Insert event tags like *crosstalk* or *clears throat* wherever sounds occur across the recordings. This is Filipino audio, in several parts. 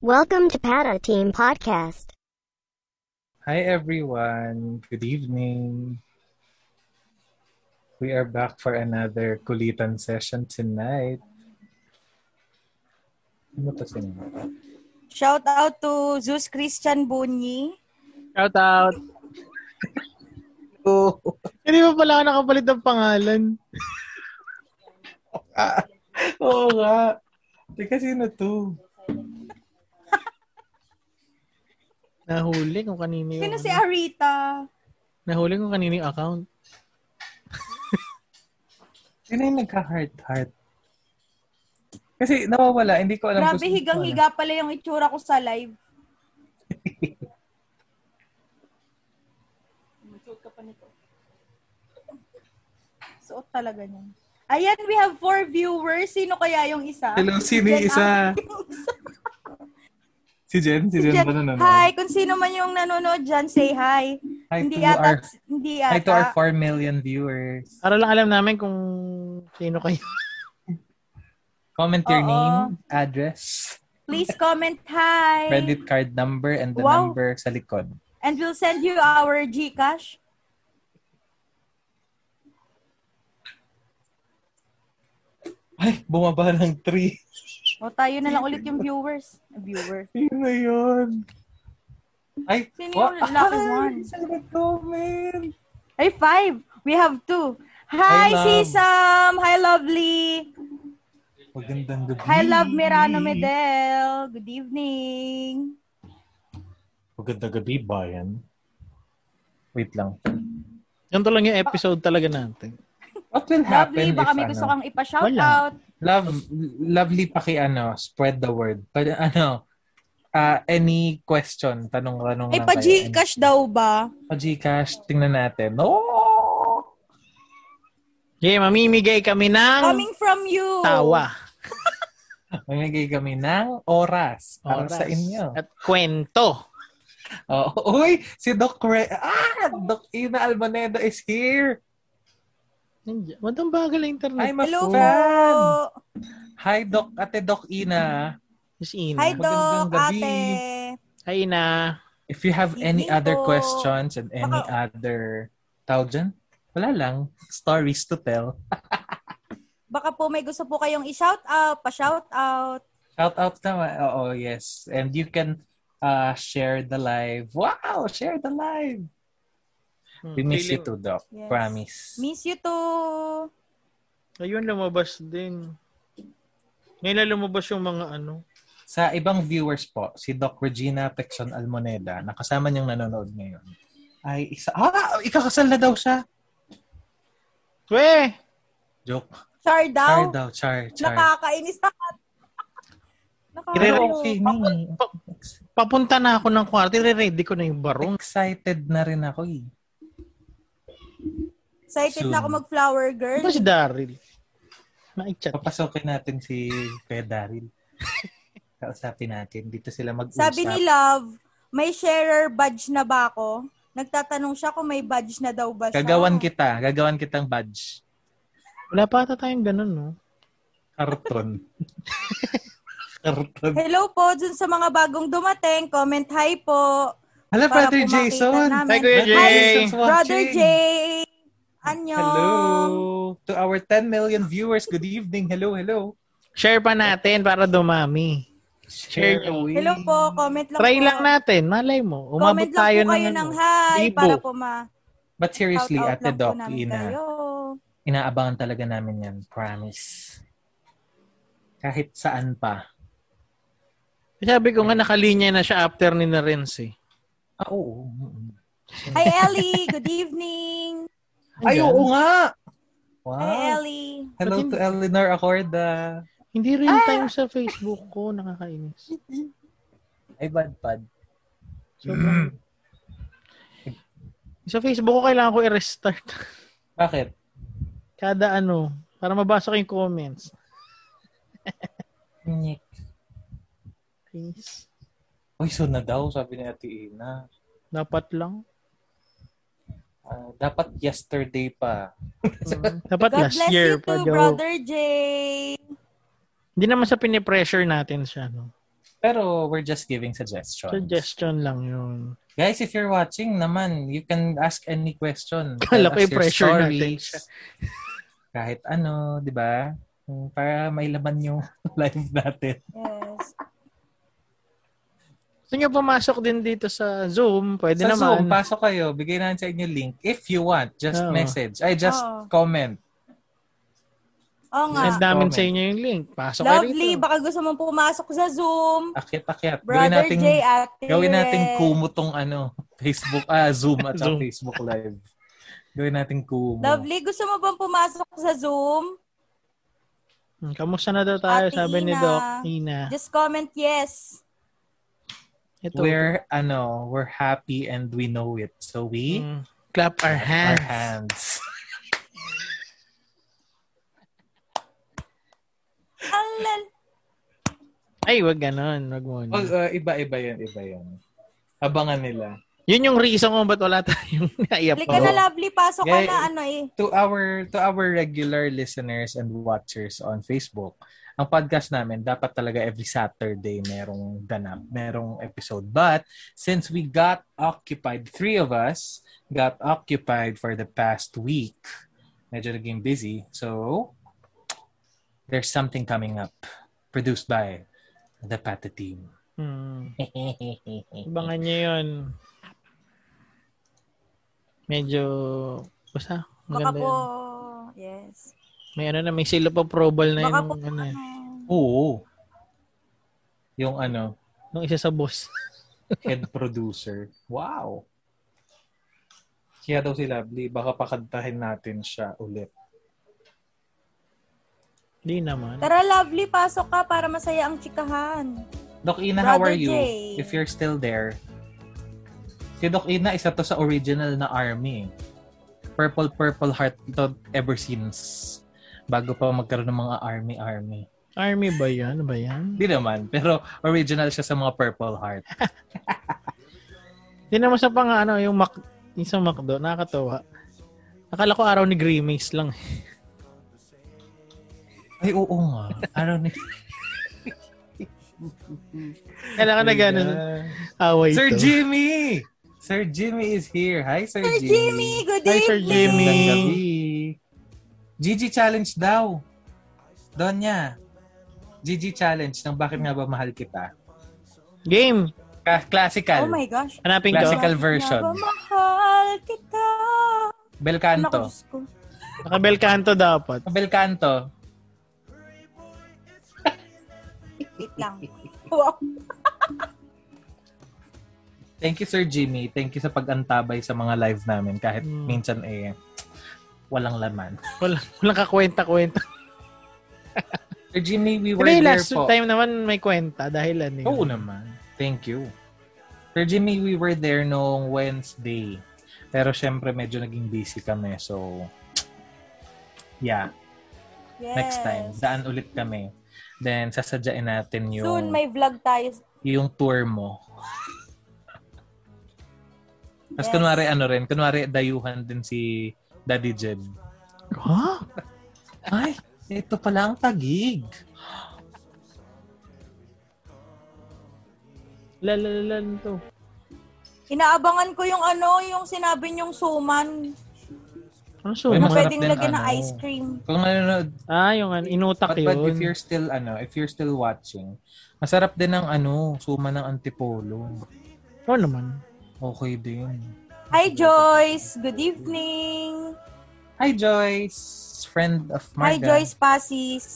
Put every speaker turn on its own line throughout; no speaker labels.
Welcome to Pata Team Podcast.
Hi everyone. Good evening. We are back for another kulitan session tonight. Ano to sino?
Shout out to Zeus Christian Bunyi.
Shout out.
Hindi mo pala ako nakapalit ng pangalan.
Oo nga. Teka, sino to?
Nahuli kung kanino yung...
Sino si Arita?
Nahuli kung kanino yung account.
Sino yung nagka-heart-heart? Kasi nawawala. Hindi ko alam.
Grabe, higang-higa pala yung itsura ko sa live. *laughs* Suot ka pa nito. Suot talaga niya. Ayan, we have four viewers. Sino kaya yung isa?
ano. Hello, sino yung
Jen
isa? Si Jen? Si Jen,
Jen,
ba nanonood?
hi, kung sino man yung nanonood dyan, say hi.
Hi
hindi
to our,
ata, hindi
hi to our
ata.
4 million viewers.
Para lang alam namin kung sino kayo. *laughs*
Comment your
Oo.
name, address,
Please comment hi.
credit card number, and the
Wow.
number sa likod.
And we'll send you our GCash.
Ay, bumaba ng 3.
O tayo na lang ulit yung viewers. Viewer.
*laughs* Sino yun? Ay,
Sino yung lucky one?
Sino comment?
Ay, five. We have two. Hi,
Hi, love.
Sisam. Hi, lovely.
Magandang gabi.
Hi, love Mirano Medel. Good evening.
Magandang gabi, bayan. Wait lang.
Yan to lang yung episode talaga natin.
What will
Lovely,
happen
baka
if,
may gusto
ano,
kang ipa-shout
Wala.
out.
love, lovely paki, ano, spread the word. But, ano, ah, any question, tanong-tanong
Ay,
lang
pa-Gcash daw ba?
Pa-Gcash, tingnan natin. No!
Yeah, mamimigay kami ng
Coming from you.
tawa.
Mamigay kami ng oras para
oras,
sa inyo.
At kwento.
Oh, *laughs* uy, si Doc Re- Ah! Doc Ina Almanedo is here!
Nandiyan. Madang bagal ang internet.
I'm a
Hmm. Hello
fan!
po.
Hi, Doc. Ate Doc Ina.
Miss Ina.
Hi,
Magandang
Doc,
gabi.
ate.
Hi, Ina.
If you have any
Evening
other
po.
questions and any
Baka-
other... Tawag dyan? Wala lang. Stories to tell.
Baka po may gusto po kayong i-shout out, pa-shout out.
Shout out naman. Oo, yes. And you can uh, share the live. Wow! Share the live!
Hmm,
We miss you
feeling-
too, Doc.
Yes.
Promise.
Miss you too.
Ayun, lumabas din. Ngayon na lumabas yung mga ano.
Sa ibang viewers po, si Doc Regina Pexon Almoneda, nakasama niyang nanonood ngayon, ay isa... Ah! Ikakasal na daw siya!
We!
Joke.
Char
Char
daw.
daw, char, char.
Nakakainis *laughs* na.
Kira
Nakakainis.
okay, Mimi.
Papunta na ako ng kwarto. Re-ready ko na yung barong.
Excited na rin ako eh.
Excited
Soon.
na ako mag-flower girl.
Ano si Daryl? Maichat.
Papasokin natin si Kuya Daryl. *laughs* Kausapin natin. Dito sila mag-usap.
Sabi ni Love, may sharer badge na ba ako? Nagtatanong siya kung may badge na daw ba siya.
Gagawan kita. Gagawan kitang badge.
Wala pa ata tayong ganun, no?
*laughs*
Karton. Karton.
Hello po, dun sa mga bagong dumating. Comment hi po.
Hala,
Para
Brother
po makita
Jason.
namin.
Hi, Kuya
Hi,
Jay!
Jason's
Brother
watching.
Jay! Anyo!
Hello. To our 10 million viewers, good evening. Hello, hello.
Share pa natin para dumami. Share nyo.
away.
Hello po, comment lang
Try
po.
lang natin. Malay mo. Umabot
Comment lang
tayo
po kayo ng,
ng, ano.
hi
libo.
para po ma
But seriously,
shout
Ate
out lang po
Doc,
namin
Ina,
kayo.
inaabangan talaga namin yan. Promise. Kahit saan pa.
Sabi ko nga, nakalinya na siya after ni Narens eh.
Ah, oo. Mm-mm.
Hi Ellie, good evening.
Ay,
Ayan.
oo nga! Wow.
Hi Ellie.
Hello to Eleanor Acorda.
Hindi real
Ah!
time sa Facebook ko. Nakakainis.
Ay, bad pad.
Sobrang- *clears throat* sa Facebook ko, kailangan ko i-restart. *laughs*
Bakit?
Kada ano. Para mabasa ko yung comments.
Nyik.
Please.
Uy, so na daw, sabi ni Ate Ina.
Dapat lang.
Ah, dapat yesterday pa.
Mm. Dapat
God
last
bless
year
you
pa
too,
daw.
Brother Jay.
Hindi naman sa pinipressure natin siya. No?
Pero we're just giving suggestions.
Suggestion lang yun.
Guys, if you're watching naman, you can ask any question. Tell us
Kalaki
your
pressure
stories.
natin siya.
Kahit ano, di ba? Mm, Para may laman yung *laughs* live natin.
Yes.
Gusto nyo pumasok din dito sa Zoom, pwede
sa Zoom,
naman.
pasok kayo. Bigay natin sa inyo link. If you want, just
Oo.
message. Ay, just
Oo.
comment.
Oo
Ang
nga.
namin
Comment.
sa inyo yung link. Pasok kayo
Lovely,
rito.
baka gusto mong pumasok sa Zoom.
Akyat-akyat. Gawin
Brother
natin,
J at
gawin natin kumo tong ano, Facebook, ah, Zoom at saka
Zoom.
Facebook Live. Gawin natin kumo.
Lovely, gusto mo bang pumasok sa Zoom?
Hmm, Kamusta na daw tayo,
Ate
sabi ni
Ina.
Doc Ina.
Just comment yes.
Ito.
We're, ano, we're happy and we know it. So we,
Hmm, Clap our
our
hands.
hands.
Alal.
Ay, wag ganon. Wag muna.
Wag, uh, iba-iba yun, iba yun. Abangan nila.
Yun yung reason kung ba't wala tayong *laughs* naiya
Click ka
pa.
Oh.
na, lovely. Pasok ka
Yeah.
na, ano eh.
To our to our regular listeners and watchers on Facebook, ang podcast namin dapat talaga every Saturday merong ganap, merong episode. But since we got occupied, three of us got occupied for the past week. Medyo naging busy. So there's something coming up produced by the Pata team.
Hmm. Abangan nyo yun. Medyo, basta,
Baka
maganda
po,
yun.
yes.
May ano na, may seal of approval na yun.
Baka po,
Nung, ano, eh,
ano,
Oo. Yung ano,
nung isa sa boss.
head producer. Wow. Kaya daw si Lovely, baka pakantahin natin siya ulit.
Hindi naman.
Tara, lovely, pasok ka para masaya ang chikahan.
Doc Ina, how
Brother
are you?
Jay.
If you're still there. Si Doc Ina, isa to sa original na army. Purple Purple Heart to ever since. Bago pa magkaroon ng mga army-army.
Army ba yan? Ano ba yan?
Hindi naman, pero original siya sa mga Purple Heart.
Hindi naman sa pang ano, yung Mac, yung sa McDo, nakakatawa. Akala ko araw ni Grimace lang. *laughs*
Ay, oo nga. Araw ni...
Kailangan na gano'n. Away
Sir
to.
Jimmy! Sir Jimmy is here. Hi, Sir,
Sir Jimmy, good
Hi,
evening.
Sir Jimmy.
Magandang gabi. Gigi Challenge daw. Donya. Gigi Challenge ng Bakit Nga Ba Mahal Kita.
Game!
Ka- classical.
Oh my gosh.
Hanapin ko.
Classical version.
Mahal kita.
Bel
Naku,
Canto.
Diyos ko.
Nakabel kanto dapat.
Bel Canto.
Wait lang. Wow.
Thank you, Sir Jimmy. Thank you sa pag-antabay sa mga live namin kahit
Hmm.
minsan eh walang laman.
Wala, walang kakwenta-kwenta.
Sir Jimmy, we were
Hindi,
there
last
po. Oh.
time naman may kwenta dahil ano yun.
Oo naman. Thank you. Sir Jimmy, we were there noong Wednesday. Pero syempre medyo naging busy kami. So, yeah.
Yes.
*laughs* Next time, daan ulit kami. Then, sasadyain natin yung,
Soon, may vlog tayo.
yung tour mo. Tapos
Yes.
kunwari ano rin, kunwari dayuhan din si Daddy Jeb.
Ha?
Ay, ito pala ang tagig.
Lalalalan to.
Inaabangan ko yung ano, yung sinabi niyong suman.
Ano
Uy,
Na
suman?
masarap
pwedeng
din,
lagyan ng
ano.
ice cream.
Kung nanonood,
Ah, yung ano, inutak
but,
yun.
but if you're still ano, if you're still watching, masarap din ang ano, suma ng antipolo.
Oo naman.
Okay din.
Hi, Joyce. Good evening.
Hi Joyce, friend of
Hi,
Marga.
Joyce Pasis.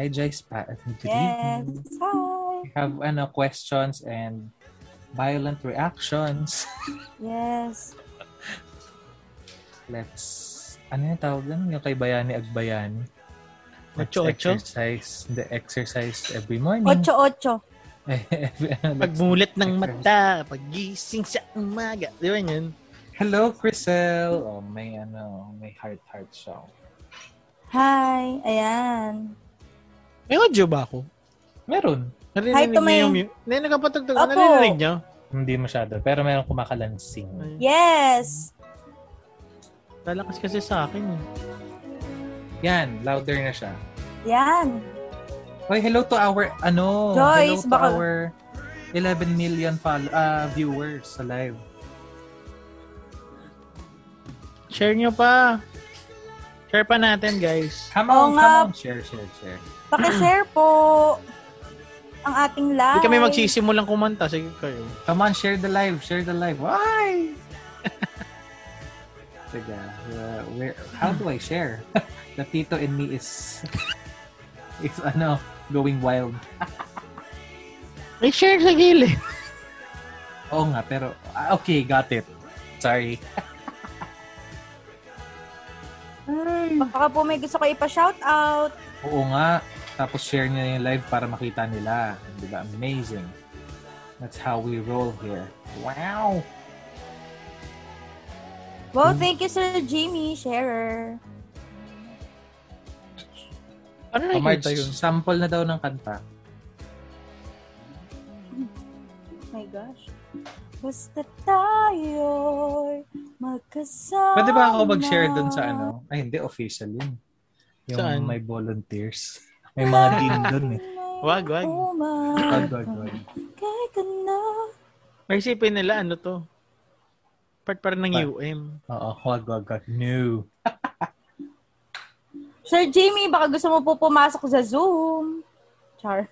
Hi Joyce pa. Good
Yes.
evening.
Hi.
We have ano questions and violent reactions.
Yes.
Let's ano yung tawag nun? Yung kay Bayani Agbayani. Let's
Ocho-ocho?
exercise. The exercise every morning. *laughs* ano,
Ocho-ocho.
Let's-
Pagmulat ng mata, pagising sa umaga. Di ba yun?
Hello, Chriselle. Oh, may ano, may heart-heart siya.
Hi. Ayan.
May audio ba ako?
Meron.
Narinig niyo
Tomay.
yung... Hindi, nagkapatugtog.
Opo.
Narinig niyo?
Hindi masyado. Pero meron kumakalansing.
Yes.
Lalakas kasi sa akin. eh.
Yan, louder na siya.
Yan.
Oy, hello to our, ano, hello
Joyce,
to
baka-
our 11 million follow, ah, viewers sa live.
Share nyo pa. Share pa natin, guys.
Come on,
Oo nga.
come on. Share, share, share.
Pakishare po ang ating live.
Hindi kami magsisimulang kumanta. Sige kayo.
Come on, share the live. Share the live. Why? Sige. uh, where, how do I share? *laughs* the tito in me is *laughs* is ano, going wild.
I-share sa gilid. *laughs*
Oo nga, pero ah, okay, got it. Sorry. *laughs*
Baka po may gusto ko ipa-shoutout.
Oo nga. Tapos share niya yung live para makita nila. Di ba? Amazing. That's how we roll here. Wow!
Wow, thank you Sir Jimmy, sharer.
Ano
Oh, Marge,
nakikita yun?
sample na daw ng kanta.
my gosh. Basta tayo'y magkasama.
Pwede ba ako mag-share dun sa ano? Ay, hindi. Official yun. Yung
Saan?
may volunteers. May mga team dun eh.
Wag, wag.
Ah.
Wag, wag, wag.
Kay ka na.
May isipin nila, ano to? Part para ng
Pa-
UM.
Oo, wag, wag, wag. No.
Sir Jimmy, baka gusto mo po pumasok sa Zoom. Char.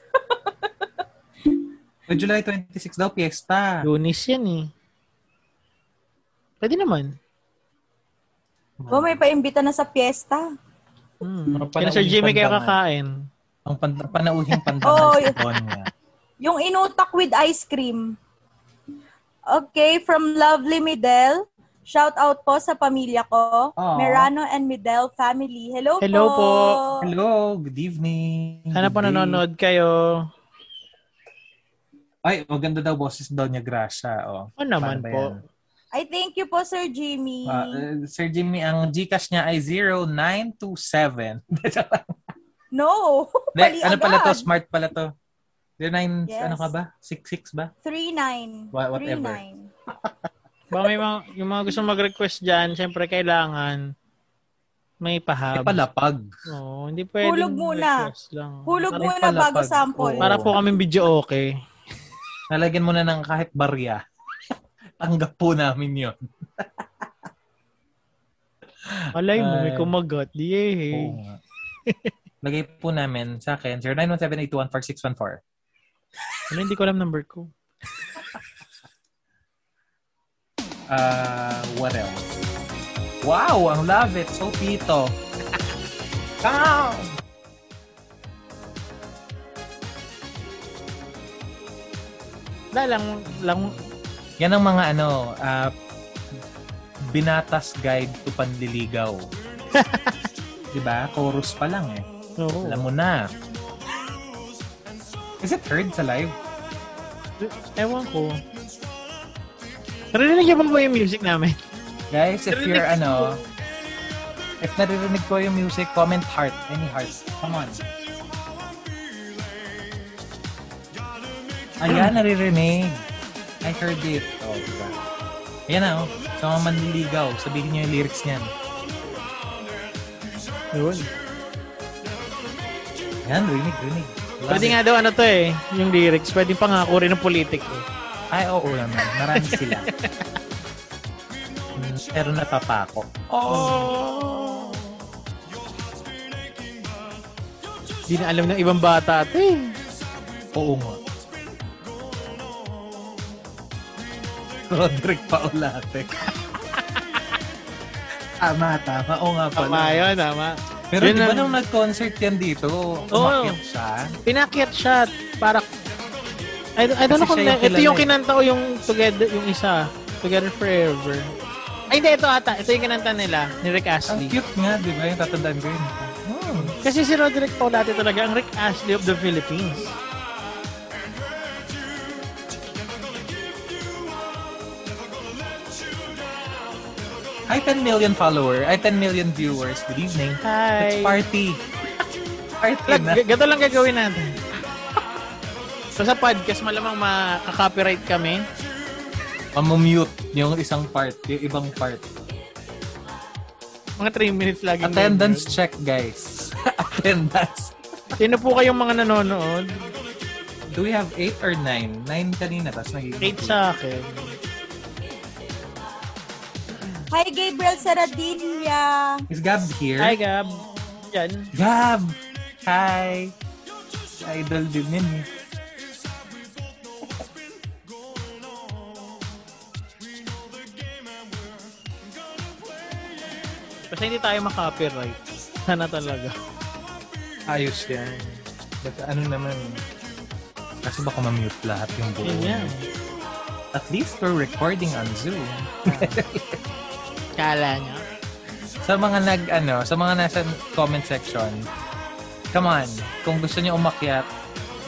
May July 26 daw, piyesta.
Lunis yan eh. Pwede naman.
Oh, may paimbita na sa piyesta.
Hmm.
Ano pala
Kaya Sir
yung
Jimmy kayo
pandangan?
kakain.
Ang pan- panauhing
Oo,
pandangan sa
yun.
Tonya.
Yung inutak with ice cream. Okay, from Lovely Midel. Shout out po sa pamilya ko.
Aw.
Merano and Midel family. Hello,
Hello
po.
po.
Hello, good evening. Good
Sana Ano po
day.
nanonood kayo.
Ay, maganda daw boses daw niya, Gracia. Oh.
O Ano
Paano
naman
ba
po.
yan?
I thank you po, Sir Jimmy.
Ah, eh, Sir Jimmy, ang Gcash niya ay 0927. *laughs*
no.
De,
Mali
ano pala to?
agad.
Smart pala to. 09,
Yes.
ano ka ba? 66 ba?
3-9.
Wha- whatever.
3-9.
Baka may mga, yung mga gusto mag-request dyan, syempre kailangan may
Ay,
pahab.
palapag.
Oo, hindi pwede.
Hulog muna.
Lang.
Hulog
Aray
muna
pala
bago
pag-
sample.
oo.
Para po kami video okay.
Nalagyan mo na ng kahit barya. *laughs* Tanggap po namin yun.
Alay mo, may
Ay.
kumagat. Di eh.
Oo nga. Lagay po namin sa akin, 0917-821-4614.
Ano, hindi ko alam number ko.
Uh, what else? Wow, ang love it. So pito. *laughs* Come on!
Da, lang, lang,
Yan ang mga ano, ah, binatas guide to
*laughs*
panliligaw. 'Di ba? Chorus pa lang eh.
oo.
Alam mo na. Is it heard sa live?
Ewan ko. Narinig niyo ba ba yung music namin?
Guys, if
Narinig
you're
ko.
ano, if naririnig ko yung music, comment heart. Any heart. Come
*clears throat*
on. Ayan, naririnig. I heard it. Oh, diba? Ayan na, oh. Sa mga manliligaw, sabihin niyo yung lyrics niyan.
Yun.
Ayan, rinig, rinig. Love
Pwede
it.
nga daw ano to eh, yung lyrics. Pwede pangako rin eh. ng politiko.
Ay, oo naman. Marami
*laughs*
sila. Mm, Pero napapako.
Oh! Hindi na alam ng ibang bata ito eh.
Oo nga. Roderick
*laughs*
Paulate. tama, tama. Ah, Oo nga pala.
Tama yun, tama.
Pero
Yun
di ba
ang-
nung nag-concert yan dito, umakyat siya?
Pinakyat siya para... I, I
Kasi
don't know kung
siya yung
na- ito yung
kilala eh.
kinanta ko yung together, yung isa. Together Forever. Ay, hindi, ito ata. Ito yung kinanta nila, ni Rick
Ang
Astley.
cute nga, di ba? Yung tatandaan ko yun. Hmm.
Kasi si Roderick Paulate talaga ang Rick Astley of the Philippines.
Hi, 10 million follower. Ay, 10 million viewers. Good evening. Let's
Hi.
party. party
Lag,
na.
g- ganito lang gagawin natin. *laughs* So sa podcast, malamang makaka-copyright kami.
Mamumute yung isang part, yung ibang part.
Mga 3 minutes lagi.
Attendance check, guys. *laughs* Attendance.
Sino po kayong mga nanonood?
Do we have eight or nine? Nine kanina, tapos naging
8 sa akin.
Hi, Gabriel Saradilla.
Is Gab here?
Hi, Gab. Yan.
Gab! Hi! Idol din yun. eh.
Basta hindi tayo makopyright. Sana talaga.
Ayos yan. But ano naman, kasi baka mamute lahat yung buo.
Yun yan.
At least we're recording on Zoom.
Kala niya.
Sa mga nag, ano, sa mga nasa comment section, come on, kung gusto niyo umakyat,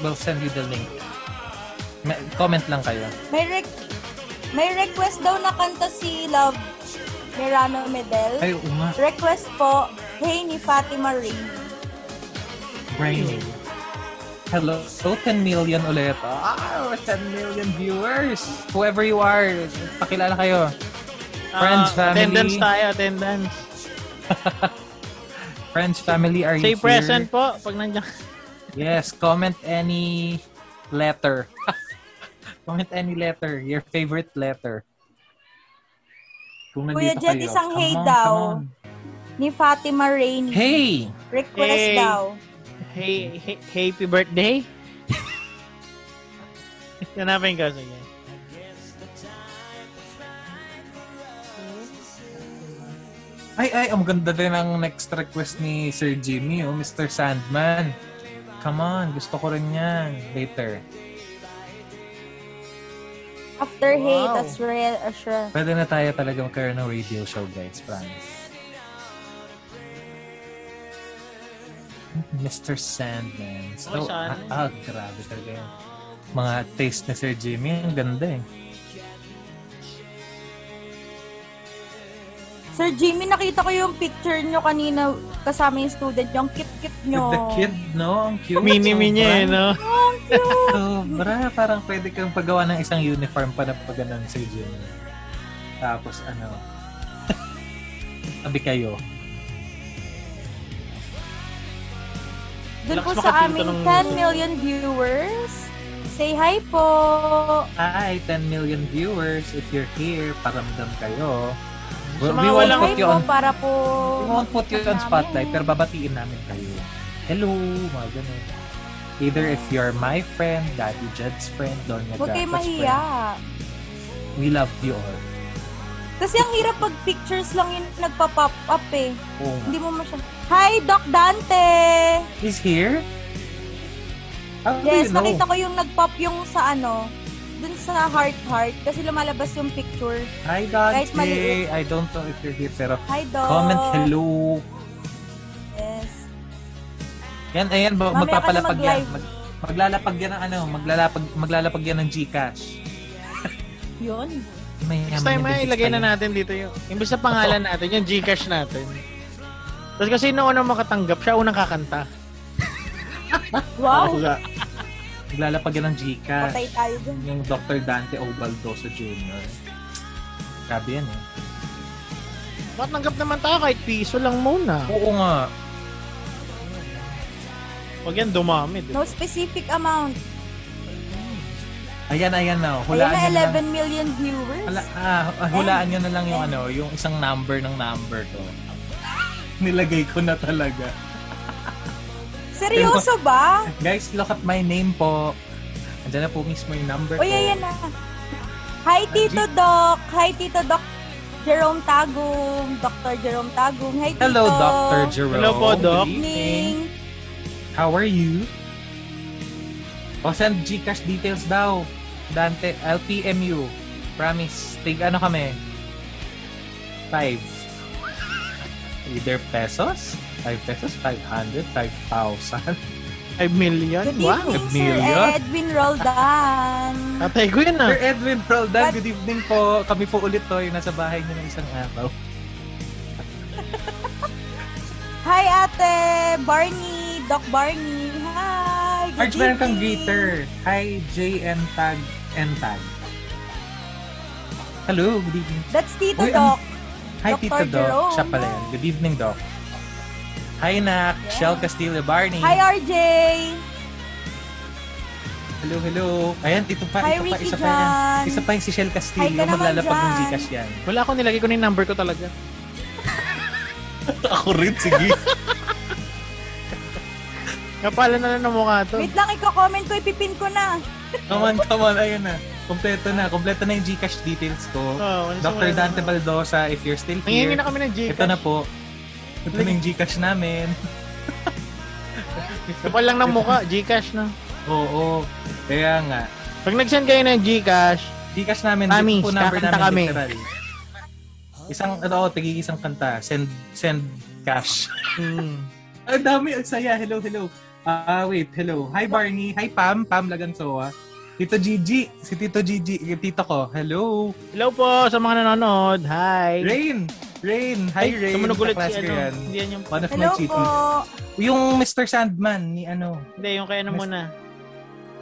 we'll send you the link. Ma- comment lang kayo.
May, re- may request daw na kanta si Love Merano Medel.
Ay, uma,
Request po, Hey ni Fatima Ring.
brainy. Hello, so 10 million ulit. Ah, 10 million viewers. Whoever you are, pakilala kayo. Friends,
Ah,
family.
Attendance tayo, attendance.
Friends, family, are you
Say
here?
present po pag nandiyan.
Yes, comment any letter. *laughs* comment any letter, your favorite letter. Kung
Kuya
nandito
Jet,
kayo,
isang
come
hey
on,
daw.
come on.
Ni Fatima Rain.
Hey!
Request
Hey.
daw.
Hey, hey, happy birthday. Hanapin ka, sige.
Ay, ay, ang ganda din ang next request ni Sir Jimmy, oh, Mr. Sandman. Come on, gusto ko rin yan. Later.
After hey,
Wow.
that's real uh, sure.
Pwede na tayo talaga magkaroon ng radio show, guys. Promise. Mr. Sandman. So,
Oh, Sandman.
ah, ah, grabe talaga yun. Mga taste ni Sir Jimmy, ang ganda eh.
Sir Jimmy, nakita ko yung picture nyo kanina kasama yung student nyo. Ang cute-cute nyo.
With the kid, no? Ang cute.
Mini-me niya eh, no?
Sobra. Parang pwede kang paggawa ng isang uniform pa na pag ganun, Sir Jimmy. Tapos ano, *laughs* sabi kayo.
Doon po
Lakas
sa amin,
makapinto ng-
10 million viewers. Say hi po.
Hi, 10 million viewers. If you're here, paramdam kayo. We,
mga
we
Say
won't
walang-
put
hi
you
Ah, po
on,
para po.
we won't put you on
makita
spotlight,
namin.
pero babatiin namin kayo. Hello, mga ganun. Either if you're my friend, Daddy Jed's friend, Donya
Huwag kayo
Gata's
mahiya.
friend, we love you all.
Kasi ang hirap pag pictures lang yung nagpa-pop up eh.
Oo nga.
Hindi mo masyad. Hi, Doc Dante!
Oh, He's here? How do you
Yes,
know?
nakita ko yung nag-pop yung sa ano, dun sa Heart Heart. Kasi lumalabas yung picture.
Hi, Dante.
Guys, maliit. Oh.
I don't know if you're here, pero
Hi, Doc!
comment hello.
Yes.
Yan, ayan, ba,
Mamaya ka na
magpapalapag yan.
mag-live.
Mag- maglalapag yan ng ano, maglalapag, maglalapag yan ng Gcash.
Yun.
May
Next time ay ilagay na natin dito yung imbes sa pangalan natin, yung GCash natin. Tapos kasi nung unang makatanggap, siya unang kakanta.
Wow!
Wala.
Maglalapag yan ng Gcash.
Patay tayo dun.
Yung Dr. Dante Obaldoso Jr. Grabe yan eh.
Ah. Matanggap naman tayo kahit piso lang muna.
Oo nga.
Huwag yan dumami. di ba?
No specific amount.
Ayan, ayan na. oh.
Ayun
Hulaan
na
nyo na lang.
11 million viewers.
Hala, ah, ah, hulaan nyo na lang yung ano, yung isang number ng number ko. *laughs* Nilagay ko na talaga.
Seryoso ba?
Guys, look at my name po. Andiyan na po mismo yung number ko.
O yan na. Hi, Tito Doc! Hi, Tito Doc! Jerome Tagum! Dr. Jerome Tagum! Hi, Tito!
Hello, Dr. Jerome.
Hello po, Doc.
Good evening.
Ning!
How are you? O, send Gcash details daw. Dante, I'll PM you. Promise. Tig ano kami? Five. Either pesos, 5 pesos, 500,
*laughs*
5,000.
5 million?
Good
Wow.
evening, Sir
Emilio.
Edwin Roldan!
Tatay ko yun
Sir
ah.
Edwin Proldan, good evening po. Kami po ulit to, yung nasa bahay niyo ng isang araw.
Hi, Ate! Barney! Doc Barney! Hi! Good
Arch, meron kang
evening.
greeter. Hi, JN Tag and Tag. Hello, good evening.
That's Tito
Uy, ang-
Doc!
Hi,
Dr.
Tito
Jerome.
Doc. Siya pala yan. Good evening, Doc. Hi, Nak.
Yeah.
Shell Castillo Barney.
Hi, RJ!
Hello, hello. Ayan, ito pa,
Hi,
ito pa,
Ricky
isa pa yan.
Jan.
Isa pa yung si Shell Castillo.
Hi ka naman
Maglalapag ng
dyan.
Gcash yan.
Wala ako, nilagay ko na yung number ko talaga.
Ako rin, sige.
*laughs* Kapala na lang ng mukha to.
Wait lang, iko-comment ko, ipipin ko na.
come on, come on. Ayan na. Kompleto na. Kompleto na yung Gcash details ko.
Oh, wala-
Dr.
wala-
Dante Baldosa, if you're still here.
Nangingi na kami ng Gcash.
Ito na po. Ito na yung Gcash namin. *laughs*
Kapal lang ng mukha, Gcash na.
Oo. Kaya nga.
Pag nag-send kayo ng Gcash,
Gcash namin,
Mami,
dito po number
Ah, kakanta
namin
kami.
literal. Isang, ano, oh, tigig isang kanta. Send, send cash.
hmm,
*laughs* Ang dami, ang saya. Hello, hello. Ah, ah, wait, hello. Hi Barney. Hi Pam, Pam Lagansoa. Tito Gigi, si Tito Gigi, yung tito ko. Hello.
hello po sa mga nanonood. Hi.
Rain. Rain. Hi
Ay,
Rain.
tumunog ulit si
Kaklase ko
ano.
yan.
Hindi yan yung...
One of my
Hello po.
cheaties. Yung Mr. Sandman ni ano.
Hindi, yung kaya na
Mas-
muna.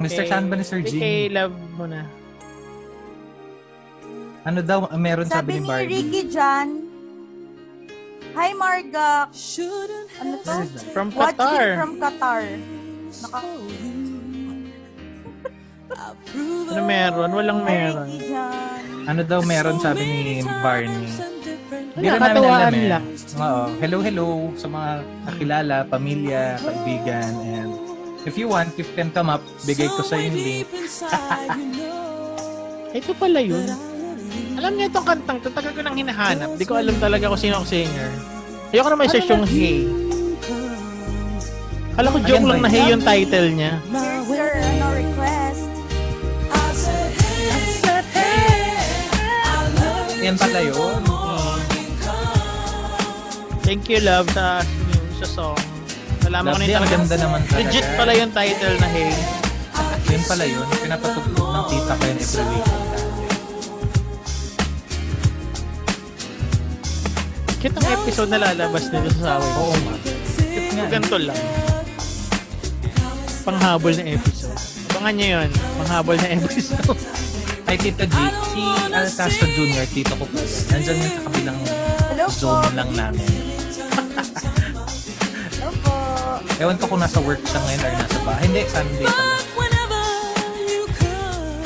Mr.
Kay-
Sandman ni Sir
hindi, Kay
Jing.
love muna.
Ano daw meron sabi,
Sabi
ni
ni
Barbie?
Ricky Jan, Hi, Marga. Ano to?
Where is that?
From
Watching
Qatar.
from Qatar. Naka-
Ano meron? Walang
Hi,
meron.
Ricky Jan.
Ano daw meron sabi ni Barney? Hindi na namin
Wala,
alam
katuwaan
eh.
lang.
Oo. Hello, hello sa mga kakilala, pamilya, kaibigan, and if you want, if you can come up, bigay ko sa yung link.
Ito pala yun. Alam niya itong kantang to, tagal ko nang hinahanap. Di ko alam talaga kung sino ang singer. Ayoko na may search yung Hey. Alam ko joke
Ayan ba
lang na
yun?
Hey yung title niya.
Here's your ano, request.
Yan pala yun.
Thank you love sa, sa song. Alam ko na
Lovely,
yun
ang
talaga.
ganda naman talaga.
Legit pala yung title na Hey.
Yan pala yun. Pinapatugtog ng tita ko yun every week.
Cute ang episode na lalabas nito sa away.
Oo nga. Cute nga. eh.
Ganito lang. Panghabol na episode. Abangan nyo yun. Panghabol na episode. *laughs*
Ay, Tita G, si Al Castro Jr., tito ko po yan. Nandyan yun sa kabilang
Hello po.
zone lang namin.
*laughs* Hello po.
Ewan ko kung nasa work siya ngayon or nasa bahay. Hindi, Sunday pala.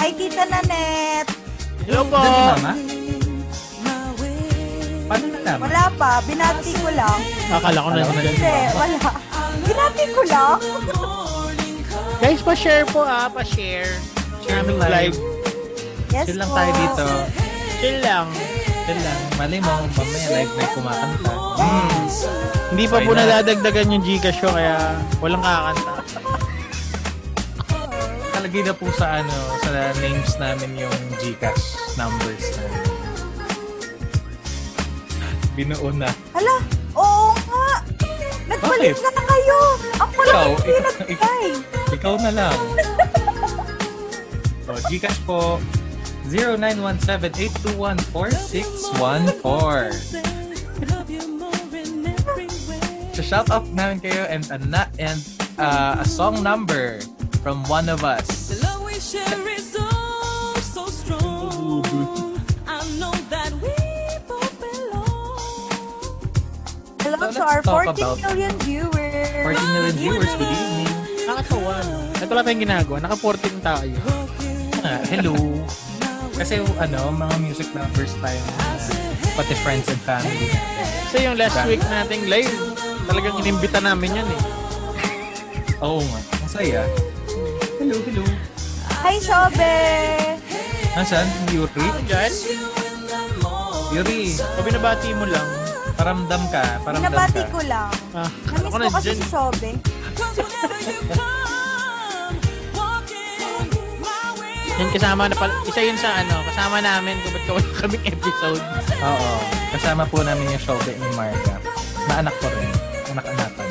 Hi, Tita Nanette.
Hello po!
Diyan si Mama? Paano nalaman?
Wala pa. Binati ko lang.
Akala ko
Akala
na.
ko na.
Hindi, wala. *laughs* Binati ko lang. *laughs*
Guys, pa-share po ah. Pa-share. Share ng
live.
live.
Yes
Chill lang
po.
tayo dito.
Chill lang.
Chill lang. Malay mo, mamaya live na yung kumakanta. Mm.
Hindi pa
Why
po
not?
nadadagdagan yung Gcash ko kaya walang kakanta.
Kalagay na po sa ano, sa oh, names namin yung Gcash numbers namin. Binuo na.
Hala, oo nga. Nagbalik
Bakit?
na kayo. Ako
Ikaw,
lang hindi
ikaw, ikaw,
nagbigay.
ikaw na lang. So, Gcash Oh, po, 0917-821-4614. So, shout out namin kayo and, a na- and uh, a song number from one of us.
oh
Hello
So,
to
let's
our
talk
40
about-
million viewers.
40 million viewers, good evening.
Nakatawa. At wala tayong ginagawa. Naka-14 tayo.
Ah, hello. Kasi ano, mga music lovers tayo. mga Pati friends and family.
Kasi yung last week nating live, talagang inimbita namin yun eh.
Oo nga. Oh, Ang saya. Hello, hello.
Hi, Shobe.
Nasaan? Yuri?
Diyan,
Yuri,
Ano, o binabati mo lang.
paramdam ka. Paramdam
Pinabati
ka.
ko lang.
Ah,
Namiss
ako
ko
na
kasi
dyan.
si Shobe.
Yung kasama na pala, isa yun sa ano, kasama namin kung ba't ka wala kaming episode.
Oo. Kasama po namin yung show ni Marga. Na anak ko rin. Anak-anakan.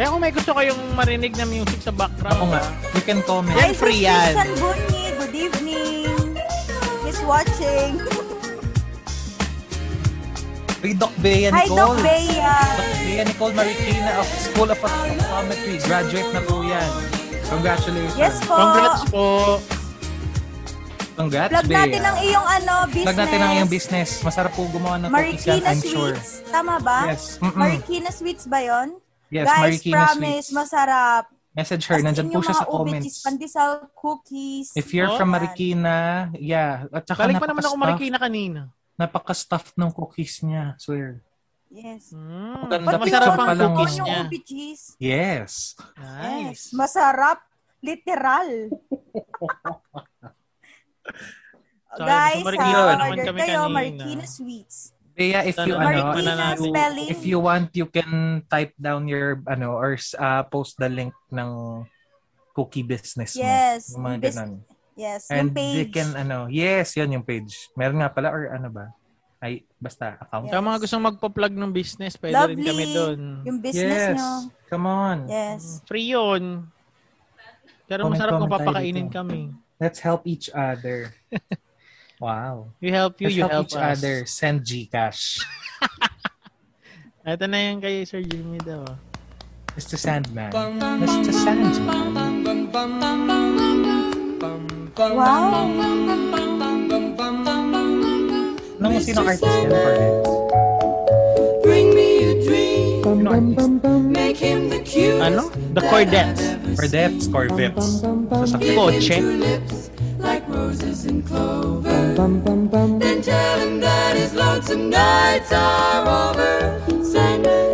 Kaya kung may gusto kayong marinig na music sa background,
Ako nga. You can comment.
Yan,
Hi,
free
Sir
yan.
Susan Bunyi. Good evening. He's watching.
Hey, Doc Bea
Hi, Doc
Nicole.
Bea.
Bea Nicole Marikina of School of Optometry. Graduate na po yan. Congratulations.
Yes po.
congrats po.
Congrats,
Vlog
Bea.
natin ang iyong ano, business.
Plug natin ang iyong business. Masarap po gumawa ng cookies yan,
Marikina
I'm sure.
Sweets. Tama ba?
Yes. Mm-mm.
Marikina Sweets ba yon?
Yes,
Guys,
Marikina
promise,
Sweets.
masarap.
Message her.
As
Nandyan
in
po
yung
siya
mga
sa
ube,
comments.
cheese, pandesal, cookies.
If you're
Oh.
from Marikina, yeah. At saka
Balik pa naman ako
napaka-stuff-
Marikina kanina.
Napaka-stuff ng cookies niya. Swear.
yes.
Mm.
Maganda
But
Dapat
yun,
Masarap
pa
ang
lang
yun,
yun.
cookies niya.
yung ube cheese.
Yes.
Nice.
Yes, masarap. Literal.
*laughs* Sorry,
Guys,
gusto ko rin
ha,
yun.
order
Kami
kayo,
kanina.
Marikina Sweets.
Bea, if you,
Ano,
ano,
Marikina
if you,
spelling.
if you want, you can type down your, ano, or uh, post the link ng cookie business mo.
Yes.
Yung mga
bus-
ganun.
Yes,
And
yung
they
page.
can, ano, yes, yan yung page. Meron nga pala, or ano ba? Ay, basta, account.
Yeah.
Kaya mga gustong magpa-plug ng business, pwede rin
Lovely.
kami doon.
Yung business
yes.
nyo.
Come on.
Yes.
Free yun. Pero
Comment,
masarap kung
comment tayo
papakainin
dito.
kami.
Let's help each
*laughs*
other. wow.
We help you,
Let's
you
help,
help,
each
us.
other. Send Gcash.
Ito na yan kay Sir Jimmy daw. ah.
Mr. Sandman. Mr. Sandman.
Wow.
Nung sino artist yan? Perfect.
Bring me a dream,
Sino artist?
make him the cutest.
Ano? The Cordettes.
Cordettes, Corvettes. Sasakyan.
Kotse.
Two lips like roses and clover. Then tell him that his lonesome nights are over. Sandman,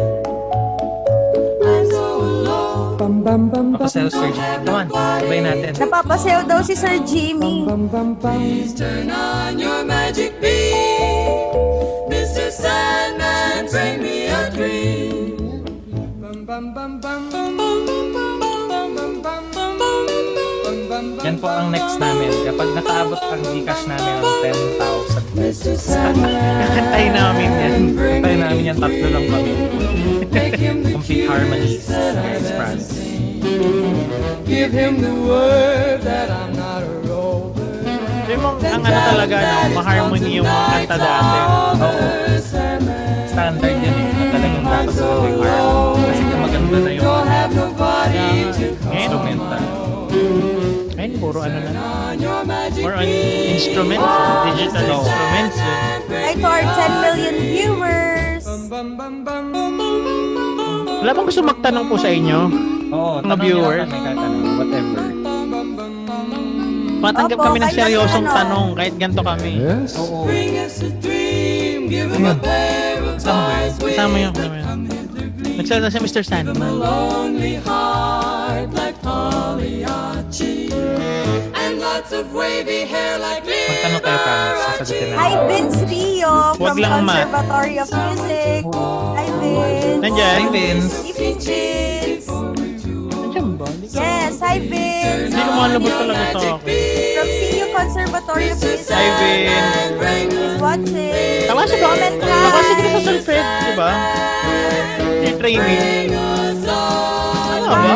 I'm so alone.
Ako sa Search. Come on, sabay natin.
Napapasayaw daw si Sir Jimmy.
Please turn on your magic beam. Mr. Sandman, bring me a dream. Bum, bum, bum, bum, bum, bum, bum, bum, bum, bum, bum, bum, bum, bum,
Yan po ang next namin. Kapag nakaabot ang Gcash namin ng 10,000
*laughs*
Mr.
pesos.
Sandman,
Kantay namin yan.
bring
Tayo
me,
namin yan, tatlo lang kami.
*laughs*
make him the
Complete harmony.
cutest that
Guys,
I've ever
France.
seen. Give him the word that I'm not a rover.
So yung mga- ang ano talaga, no, ma-harmony yung mga kanta dati.
Over, Sandman.
Standard yun eh. At Talagang dapat sa yung harmony. Kasi kung maganda na yung
Don't have nobody to
Ngayon,
instrumental.
ngayon puro ano na.
on your magic
More on instruments, digital
No.
instruments. eh.
Ay, to our 10 million viewers.
bum bum bum
Wala bang gusto magtanong po sa inyo?
Oo,
Mga
tanong
viewers.
nila kami tatanong. Whatever.
Matanggap
Opo,
kami ng
kahit
seryosong
ano.
tanong kahit ganito kami. Oh.
Oo.
bring us a dream give him a pair of
Kasama ba yun?
eyes with
Kasama yun. kasama yun. Nagsalita si Mr.
a
Sandman.
lonely heart like Pagliacci and lots of wavy hair like
Magtanong kayo, promise. Sasagutin
Hi,
namin.
Vince Rio
Wag
from
lang, Ma.
Conservatory of Music. Hi, Vince.
Hi,
Nandyan?
Vince.
Evening, Vince.
Nandyan ba? Hindi ko-
Yes, hi, Vince.
Hindi lumalabas talaga sa akin.
From CU Conservatory of Music.
Hi, Vin.
He's watching.
Tama siya ba?
Comment ka.
Tama siya dito sa solfed, di ba? Si training. Ano ba?